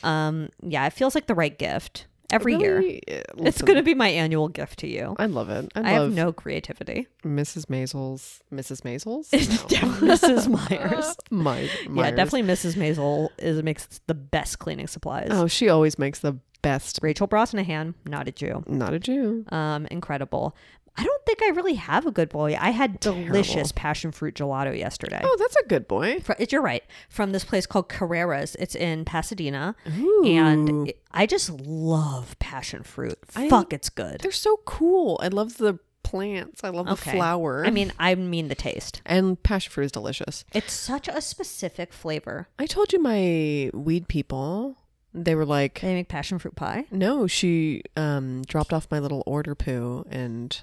[SPEAKER 1] Um. Yeah. It feels like the right gift every year. It's gonna be my annual gift to you.
[SPEAKER 4] eh, I love it. I,
[SPEAKER 1] I
[SPEAKER 4] love
[SPEAKER 1] have no creativity.
[SPEAKER 4] Mrs. Mazel's. Mrs. Mazel's?
[SPEAKER 1] It's definitely Mrs. Myers.
[SPEAKER 4] My,
[SPEAKER 1] Yeah, definitely Mrs. Maisel is makes the best cleaning supplies.
[SPEAKER 4] Oh, she always makes the best.
[SPEAKER 1] Rachel Brosnahan, not a Jew.
[SPEAKER 4] Not a Jew.
[SPEAKER 1] Um, incredible. I don't think I really have a good boy. I had delicious passion fruit gelato yesterday.
[SPEAKER 4] Oh, that's a good boy.
[SPEAKER 1] Fr- you're right. From this place called Carreras. It's in Pasadena. And it- I just love passion fruit.
[SPEAKER 4] I-
[SPEAKER 1] Fuck, it's good.
[SPEAKER 4] They're so cool. I love the plants. I love the flower.
[SPEAKER 1] I mean, I mean the taste.
[SPEAKER 4] and passion fruit is delicious.
[SPEAKER 1] It's such a specific flavor.
[SPEAKER 4] I told you my weed people. They were like,
[SPEAKER 1] They make passion fruit pie.
[SPEAKER 4] no, she um, dropped off my little order poo and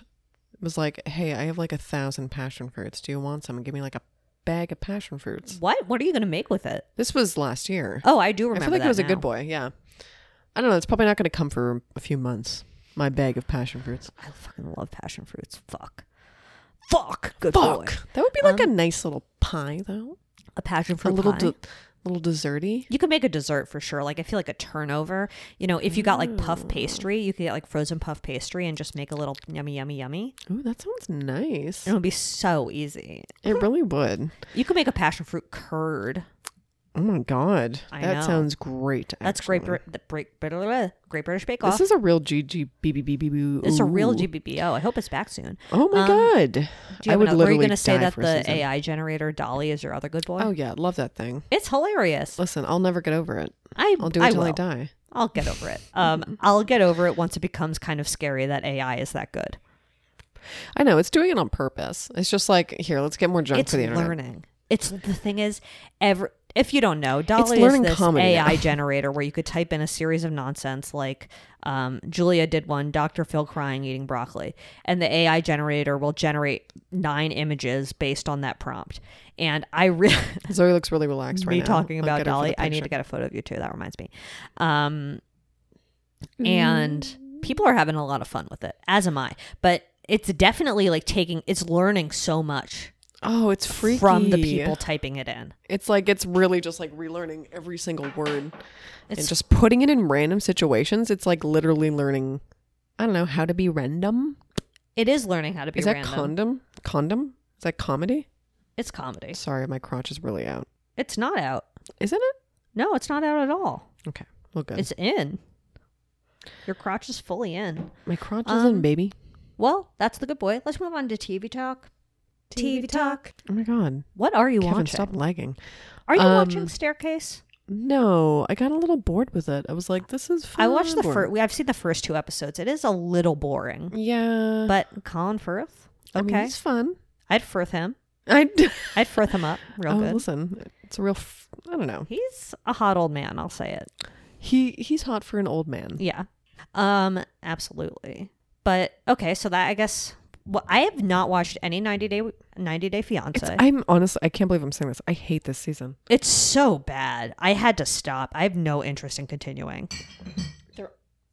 [SPEAKER 4] was like, hey, I have like a thousand passion fruits. Do you want some? Give me like a bag of passion fruits.
[SPEAKER 1] What? What are you gonna make with it?
[SPEAKER 4] This was last year.
[SPEAKER 1] Oh, I do
[SPEAKER 4] I
[SPEAKER 1] remember.
[SPEAKER 4] feel like
[SPEAKER 1] that
[SPEAKER 4] it was a
[SPEAKER 1] now.
[SPEAKER 4] good boy. Yeah. I don't know. It's probably not going to come for a few months. My bag of passion fruits.
[SPEAKER 1] I fucking love passion fruits. Fuck. Fuck. Good boy. Um,
[SPEAKER 4] Fuck. That would be like a nice little pie, though.
[SPEAKER 1] A passion
[SPEAKER 4] A
[SPEAKER 1] fruit
[SPEAKER 4] little,
[SPEAKER 1] pie.
[SPEAKER 4] de- little desserty.
[SPEAKER 1] you could make a dessert for sure. Like I feel like a turnover. You know, if you got like
[SPEAKER 4] Mm.
[SPEAKER 1] puff pastry, you could get like frozen puff pastry and just make a little yummy, yummy, yummy.
[SPEAKER 4] Ooh, that sounds nice.
[SPEAKER 1] And it would be so easy.
[SPEAKER 4] It really would.
[SPEAKER 1] You could make a passion fruit curd.
[SPEAKER 4] Oh my god,
[SPEAKER 1] I
[SPEAKER 4] that
[SPEAKER 1] know.
[SPEAKER 4] sounds great.
[SPEAKER 1] That's
[SPEAKER 4] actually.
[SPEAKER 1] great. Brit- the break, blah, blah, blah, Great British Bake Off.
[SPEAKER 4] This is a real GGBBBBB.
[SPEAKER 1] It's a real
[SPEAKER 4] Ooh.
[SPEAKER 1] GBBO. I hope it's back soon.
[SPEAKER 4] Oh my
[SPEAKER 1] Um,
[SPEAKER 4] god.
[SPEAKER 1] Do you
[SPEAKER 4] I
[SPEAKER 1] have
[SPEAKER 4] would
[SPEAKER 1] another, were
[SPEAKER 4] literally
[SPEAKER 1] you going to say
[SPEAKER 4] die
[SPEAKER 1] that
[SPEAKER 4] for
[SPEAKER 1] the
[SPEAKER 4] a season.
[SPEAKER 1] AI generator Dolly is your other good boy?
[SPEAKER 4] Oh yeah, love that thing.
[SPEAKER 1] It's hilarious.
[SPEAKER 4] Listen, I'll never get over it.
[SPEAKER 1] I,
[SPEAKER 4] I'll do it till I
[SPEAKER 1] will.
[SPEAKER 4] die.
[SPEAKER 1] I'll get over it. Um, I'll get over it once it becomes kind of scary that AI is that good.
[SPEAKER 4] I know it's doing it on purpose. It's just like here, let's get more junk
[SPEAKER 1] it's
[SPEAKER 4] for the internet.
[SPEAKER 1] learning. It's the thing is, ever if you don't know, Dolly is
[SPEAKER 4] learning
[SPEAKER 1] this
[SPEAKER 4] comedy
[SPEAKER 1] AI
[SPEAKER 4] now.
[SPEAKER 1] generator where you could type in a series of nonsense like um, Julia did one, Doctor Phil crying eating broccoli, and the AI generator will generate nine images based on that prompt. And I really.
[SPEAKER 4] Zoe looks really relaxed right
[SPEAKER 1] me
[SPEAKER 4] now.
[SPEAKER 1] talking
[SPEAKER 4] I'll
[SPEAKER 1] about
[SPEAKER 4] get her for
[SPEAKER 1] Dolly.
[SPEAKER 4] the
[SPEAKER 1] I need to
[SPEAKER 4] picture.
[SPEAKER 1] get a photo of you too. That reminds me. Um, and people are having a lot of fun with it, as am I. But it's definitely like taking, it's learning so much
[SPEAKER 4] Oh, it's freaky.
[SPEAKER 1] from the people typing it in.
[SPEAKER 4] It's like it's really just like relearning every single word and
[SPEAKER 1] It's-
[SPEAKER 4] just putting it in random situations. It's like literally learning. I don't know how to be random.
[SPEAKER 1] It is learning how to be
[SPEAKER 4] Is that
[SPEAKER 1] random.
[SPEAKER 4] condom? Condom? Is that comedy?
[SPEAKER 1] it's comedy.
[SPEAKER 4] Sorry, my crotch is really out.
[SPEAKER 1] It's not out.
[SPEAKER 4] Isn't it?
[SPEAKER 1] No, it's not out at all.
[SPEAKER 4] Okay. Well, good.
[SPEAKER 1] It's in. Your crotch is fully in.
[SPEAKER 4] my crotch is in,
[SPEAKER 1] um,
[SPEAKER 4] baby.
[SPEAKER 1] Well, that's the good boy. Let's move on to TV talk. TV talk.
[SPEAKER 4] Oh my god.
[SPEAKER 1] What are you
[SPEAKER 4] Kevin,
[SPEAKER 1] watching?
[SPEAKER 4] stop lagging.
[SPEAKER 1] Are you
[SPEAKER 4] Um,
[SPEAKER 1] watching Staircase?
[SPEAKER 4] No, I got a little bored with it. I was like, this is fun.
[SPEAKER 1] I watched the first. I've seen the first two episodes. It is a little boring,
[SPEAKER 4] Yeah.
[SPEAKER 1] but Colin Firth.
[SPEAKER 4] I mean,
[SPEAKER 1] Okay,
[SPEAKER 4] it's fun.
[SPEAKER 1] I'd Firth him.
[SPEAKER 4] I
[SPEAKER 1] I'd Firth him up real
[SPEAKER 4] oh,
[SPEAKER 1] good.
[SPEAKER 4] listen, it's a real. F- I don't know.
[SPEAKER 1] He's a hot old man. I'll say it.
[SPEAKER 4] He he's hot for an old man.
[SPEAKER 1] Yeah. Um. Absolutely. But okay. So that I guess. Well, I have not watched any 90 Day 90 Day Fiance.
[SPEAKER 4] It's, I'm honestly, I can't believe I'm saying this. I hate this season.
[SPEAKER 1] it's so bad. I had to stop. I have no interest in continuing.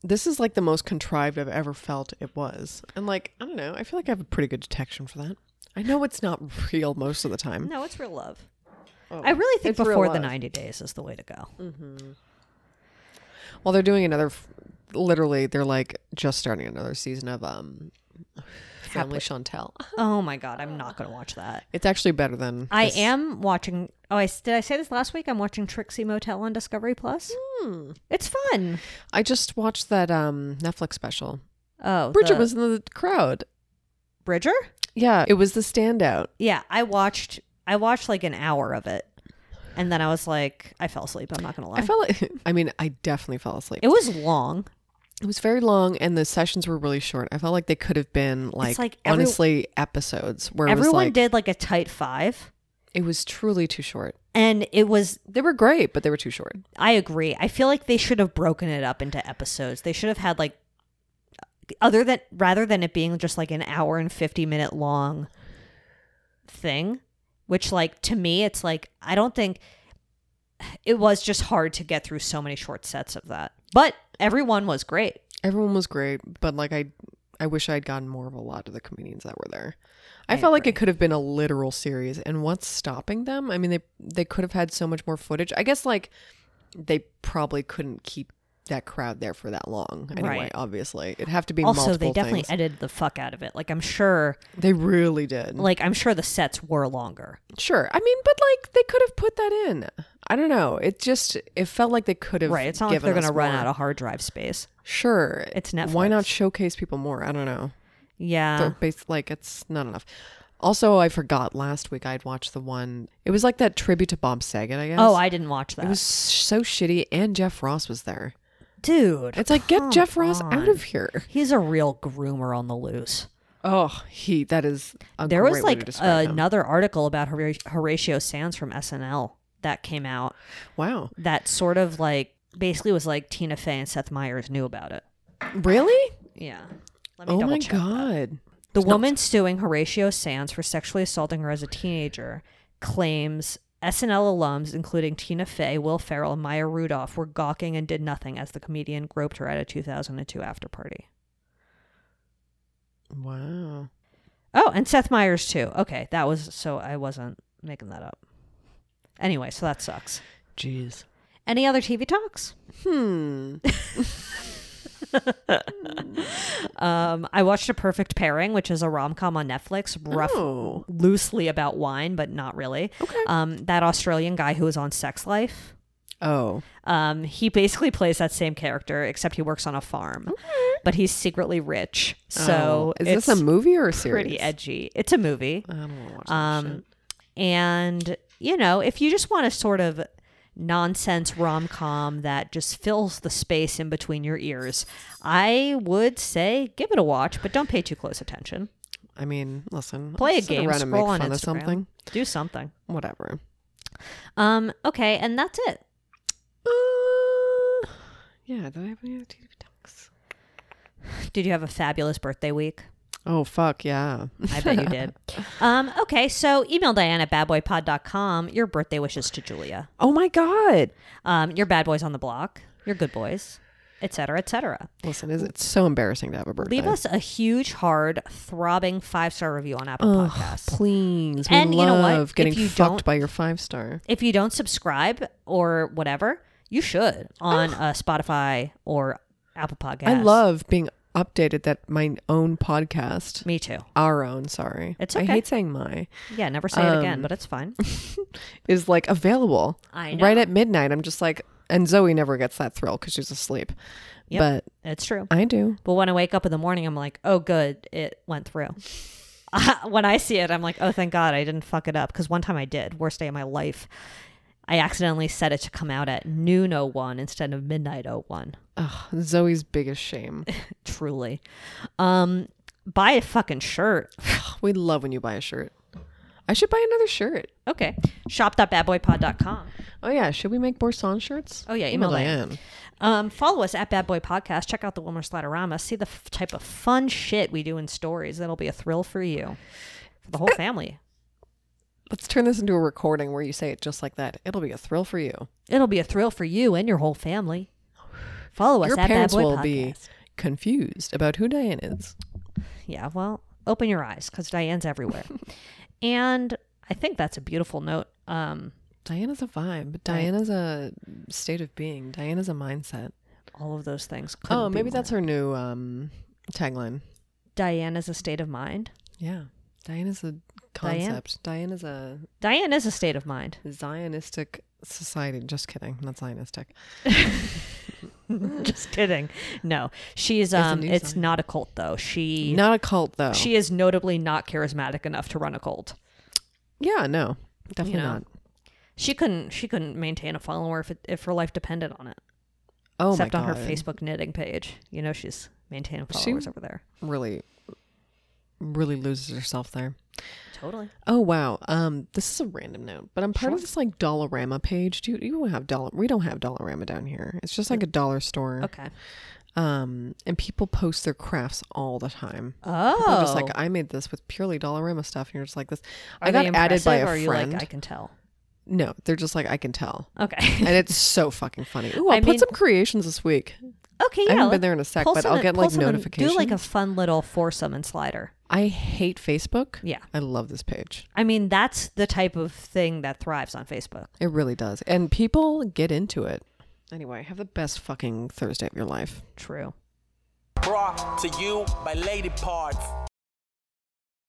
[SPEAKER 4] This is like the most contrived I've ever felt it was. And like, I don't know, I feel like I have a pretty good detection for that. I know it's not real most of the time.
[SPEAKER 1] No, it's real love.
[SPEAKER 4] Oh,
[SPEAKER 1] I really think
[SPEAKER 4] it's real
[SPEAKER 1] before the
[SPEAKER 4] love. Mm-hmm.
[SPEAKER 1] 90 days is the way to go.
[SPEAKER 4] Well, they're doing another. F- literally, they're like just starting another season of um, Family Chantel.
[SPEAKER 1] Oh my god, I'm not going to watch that.
[SPEAKER 4] It's actually better than
[SPEAKER 1] I
[SPEAKER 4] this.
[SPEAKER 1] am watching. Oh, I did I say this last week? I'm watching Trixie Motel on Discovery Plus.
[SPEAKER 4] Mm-hmm.
[SPEAKER 1] It's fun.
[SPEAKER 4] Hmm. I just watched that um Netflix special.
[SPEAKER 1] Oh,
[SPEAKER 4] Bridget
[SPEAKER 1] the-
[SPEAKER 4] was in the crowd.
[SPEAKER 1] Bridger.
[SPEAKER 4] Yeah, it was the standout.
[SPEAKER 1] Yeah, I watched. I watched like an hour of it, and then I was like, I fell asleep. I'm not gonna lie.
[SPEAKER 4] I felt like, I mean, I definitely fell asleep.
[SPEAKER 1] it was long.
[SPEAKER 4] It was very long, and the sessions were really short. I felt like they could have been like,
[SPEAKER 1] like every-
[SPEAKER 4] honestly episodes where it was
[SPEAKER 1] Everyone
[SPEAKER 4] like
[SPEAKER 1] did like a tight five,
[SPEAKER 4] it was truly too short.
[SPEAKER 1] and it was.
[SPEAKER 4] They were great, but they were too short.
[SPEAKER 1] I agree. I feel like they should have broken it up into episodes. They should have had like other than rather than it being just like an hour and 50 minute long thing, which like to me it's like I don't think it was just hard to get through so many short sets of that. But everyone was great.
[SPEAKER 4] Everyone was great, but like I, I wish I'd gotten more of a lot of the comedians that were there. I, felt like it could have been a literal series, and what's stopping them? I mean, they they could have had so much more footage. I guess like they probably couldn't keep that crowd there for that long anyway.
[SPEAKER 1] Right.
[SPEAKER 4] Obviously, it'd have to be
[SPEAKER 1] Also,
[SPEAKER 4] multiple
[SPEAKER 1] they definitely
[SPEAKER 4] things.
[SPEAKER 1] edited the fuck out of it. Like I'm sure
[SPEAKER 4] they really did.
[SPEAKER 1] like I'm sure the sets were longer.
[SPEAKER 4] Sure. I mean, but like they could have put that in. I don't know. It just it felt like they could have.
[SPEAKER 1] Right. It's not like
[SPEAKER 4] given
[SPEAKER 1] they're going to
[SPEAKER 4] us
[SPEAKER 1] run
[SPEAKER 4] more.
[SPEAKER 1] out of hard drive space.
[SPEAKER 4] Sure.
[SPEAKER 1] It's
[SPEAKER 4] Why
[SPEAKER 1] Netflix.
[SPEAKER 4] not
[SPEAKER 1] Ah.
[SPEAKER 4] showcase people more? I don't know.
[SPEAKER 1] Yeah.
[SPEAKER 4] They're bas- like it's not enough. Also, I forgot last week I'd watched the one. It was like that tribute to Bob Saget. I guess.
[SPEAKER 1] Oh, I didn't watch that.
[SPEAKER 4] It was so shitty, and Jeff Ross was there.
[SPEAKER 1] Dude.
[SPEAKER 4] It's like get
[SPEAKER 1] come
[SPEAKER 4] Jeff Ross
[SPEAKER 1] on.
[SPEAKER 4] out of here.
[SPEAKER 1] He's a real groomer on the loose.
[SPEAKER 4] Oh, he. That is. A
[SPEAKER 1] there was
[SPEAKER 4] great way to
[SPEAKER 1] like
[SPEAKER 4] describe him.
[SPEAKER 1] another article about Hora- Horatio Sands from SNL that came out
[SPEAKER 4] Wow.
[SPEAKER 1] that sort of like basically was like Tina Fey and Seth Meyers knew about it.
[SPEAKER 4] Really?
[SPEAKER 1] Yeah. Let me
[SPEAKER 4] Oh
[SPEAKER 1] double
[SPEAKER 4] my
[SPEAKER 1] check that.
[SPEAKER 4] god.
[SPEAKER 1] The woman suing Horatio Sands for sexually assaulting her as a teenager claims SNL alums, including Tina Fey, Will Ferrell, and Maya Rudolph, were gawking and did nothing as the comedian groped her at a 2002 after party.
[SPEAKER 4] Wow.
[SPEAKER 1] Oh, and Seth Meyers too. Okay, that was so I wasn't making that up. Anyway, so that sucks.
[SPEAKER 4] Jeez.
[SPEAKER 1] Any other TV talks?
[SPEAKER 4] Hmm.
[SPEAKER 1] Um, I watched A Perfect Pairing, which is a rom com on Netflix, rough,
[SPEAKER 4] Oh.
[SPEAKER 1] loosely about wine, but not really. Okay. Um, that Australian guy who was on Sex Life.
[SPEAKER 4] Oh.
[SPEAKER 1] Um, he basically plays that same character, except he works on a farm, but he's secretly rich. So
[SPEAKER 4] Oh. is
[SPEAKER 1] it's
[SPEAKER 4] this a movie Oh, or a series?
[SPEAKER 1] pretty edgy. It's a movie,
[SPEAKER 4] I don't want to watch that
[SPEAKER 1] um, and you know, if you just want a sort of nonsense rom com that just fills the space in between your ears, I would say give it a watch, but don't pay too close attention.
[SPEAKER 4] shit. I mean, listen.
[SPEAKER 1] Play
[SPEAKER 4] I'll
[SPEAKER 1] a
[SPEAKER 4] sit
[SPEAKER 1] game,
[SPEAKER 4] around and make
[SPEAKER 1] scroll on
[SPEAKER 4] fun
[SPEAKER 1] Instagram,
[SPEAKER 4] of something.
[SPEAKER 1] do something.
[SPEAKER 4] Whatever.
[SPEAKER 1] Um, okay, and that's it.
[SPEAKER 4] Uh, yeah. Did I have any other TV talks?
[SPEAKER 1] Did you have a fabulous birthday week?
[SPEAKER 4] Oh fuck yeah.
[SPEAKER 1] I bet you did. Um, okay, so email Diane at badboypod.com your birthday wishes to Julia.
[SPEAKER 4] oh my god.
[SPEAKER 1] Um, your bad boys on the block, your good boys, et cetera, et cetera.
[SPEAKER 4] Listen, is it's so embarrassing to have a birthday?
[SPEAKER 1] Leave us a huge, hard, throbbing five star review on Apple
[SPEAKER 4] Ugh,
[SPEAKER 1] Podcasts.
[SPEAKER 4] please. We
[SPEAKER 1] And you know
[SPEAKER 4] love
[SPEAKER 1] what? If
[SPEAKER 4] getting
[SPEAKER 1] you
[SPEAKER 4] fucked
[SPEAKER 1] don't-
[SPEAKER 4] by your five star.
[SPEAKER 1] If you don't subscribe or whatever, you should on uh, Spotify or Apple Podcasts.
[SPEAKER 4] I love being updated that my own podcast,
[SPEAKER 1] Me too.
[SPEAKER 4] our own, sorry.
[SPEAKER 1] It's
[SPEAKER 4] I
[SPEAKER 1] okay.
[SPEAKER 4] hate saying my,
[SPEAKER 1] Yeah, never say it again,
[SPEAKER 4] Um,
[SPEAKER 1] but it's fine.
[SPEAKER 4] is like available
[SPEAKER 1] I
[SPEAKER 4] right
[SPEAKER 1] know.
[SPEAKER 4] at midnight. I'm just like, and Zoe never gets that thrill because she's asleep.
[SPEAKER 1] Yep.
[SPEAKER 4] But
[SPEAKER 1] It's true.
[SPEAKER 4] I do.
[SPEAKER 1] But when I wake up in the morning, I'm like, oh, good, it went through. when I see it, I'm like, oh, thank God I didn't fuck it up. Because one time I did, worst day of my life. I accidentally set it to come out at noon 01 instead of midnight 01.
[SPEAKER 4] Ugh, Zoe's biggest shame.
[SPEAKER 1] Truly. Um, buy a fucking shirt.
[SPEAKER 4] we love when you buy a shirt. I should buy another shirt.
[SPEAKER 1] Okay. Shop.badboypod.com.
[SPEAKER 4] Oh, yeah. Should we make Borsan shirts?
[SPEAKER 1] Oh, yeah, email Diane. Um, follow us at Bad Boy Podcast. Check out the Wilmer Slatterama. See the f- type of fun shit we do in stories. That'll be a thrill for you, for the whole family.
[SPEAKER 4] Let's turn this into a recording where you say it just like that. It'll be a thrill for you.
[SPEAKER 1] It'll be a thrill for you and your whole family. Follow us
[SPEAKER 4] Your
[SPEAKER 1] at
[SPEAKER 4] parents
[SPEAKER 1] Bad Boy
[SPEAKER 4] will be
[SPEAKER 1] Podcast.
[SPEAKER 4] confused about who Diane is.
[SPEAKER 1] Yeah, well, open your eyes because Diane's everywhere. and I think that's a beautiful note. Um,
[SPEAKER 4] Diana's a vibe. Diana's a state of being. Diana's a mindset.
[SPEAKER 1] all of those things. couldn't
[SPEAKER 4] Oh,
[SPEAKER 1] be
[SPEAKER 4] maybe
[SPEAKER 1] more.
[SPEAKER 4] that's her new um, tagline.
[SPEAKER 1] Diana's a state of mind.
[SPEAKER 4] Yeah. Diana's a concept. Diana's a
[SPEAKER 1] Diane is a state of mind.
[SPEAKER 4] Zionistic society. Just kidding. Not Zionistic.
[SPEAKER 1] Just kidding. No, she's um,
[SPEAKER 4] new
[SPEAKER 1] it's
[SPEAKER 4] sign.
[SPEAKER 1] not a cult though. She
[SPEAKER 4] Not a cult, though.
[SPEAKER 1] she is notably not charismatic enough to run a cult.
[SPEAKER 4] yeah, no. Definitely
[SPEAKER 1] know.
[SPEAKER 4] not.
[SPEAKER 1] She couldn't she couldn't maintain a follower if it, if her life depended on it.
[SPEAKER 4] Oh,
[SPEAKER 1] except
[SPEAKER 4] my
[SPEAKER 1] on
[SPEAKER 4] God.
[SPEAKER 1] her Facebook knitting page. You know she's maintaining
[SPEAKER 4] She-
[SPEAKER 1] followers over there.
[SPEAKER 4] Really, really loses herself there.
[SPEAKER 1] Totally.
[SPEAKER 4] Oh wow. Um, this is a random note, but I'm part of this like Dollarama page. Do you, you don't have dollar? We don't have Dollarama down here. It's just like a dollar store.
[SPEAKER 1] Okay.
[SPEAKER 4] Um, and people post their crafts all the time.
[SPEAKER 1] Oh,
[SPEAKER 4] People are just like I made this with purely Dollarama stuff, and you're just like this. I
[SPEAKER 1] Are they
[SPEAKER 4] got added by
[SPEAKER 1] impressive, or are
[SPEAKER 4] a
[SPEAKER 1] you
[SPEAKER 4] friend.
[SPEAKER 1] Like, I can tell.
[SPEAKER 4] No, they're just like I can tell,
[SPEAKER 1] Okay.
[SPEAKER 4] and it's so fucking funny. Ooh, I'll
[SPEAKER 1] I
[SPEAKER 4] put
[SPEAKER 1] mean-
[SPEAKER 4] some creations this week.
[SPEAKER 1] okay. Yeah.
[SPEAKER 4] haven't been
[SPEAKER 1] let's
[SPEAKER 4] there in a sec,
[SPEAKER 1] pull
[SPEAKER 4] but
[SPEAKER 1] some
[SPEAKER 4] I'll
[SPEAKER 1] in-
[SPEAKER 4] get,
[SPEAKER 1] pull
[SPEAKER 4] like,
[SPEAKER 1] some in- Do like a
[SPEAKER 4] notifications.
[SPEAKER 1] fun little foursome and slider.
[SPEAKER 4] I hate Facebook.
[SPEAKER 1] Yeah.
[SPEAKER 4] I love this page.
[SPEAKER 1] I mean, that's the type of thing that thrives on Facebook.
[SPEAKER 4] It really does, and people get into it. Anyway, have the best fucking Thursday of your life.
[SPEAKER 1] True.
[SPEAKER 3] Brought to you by Lady Parts.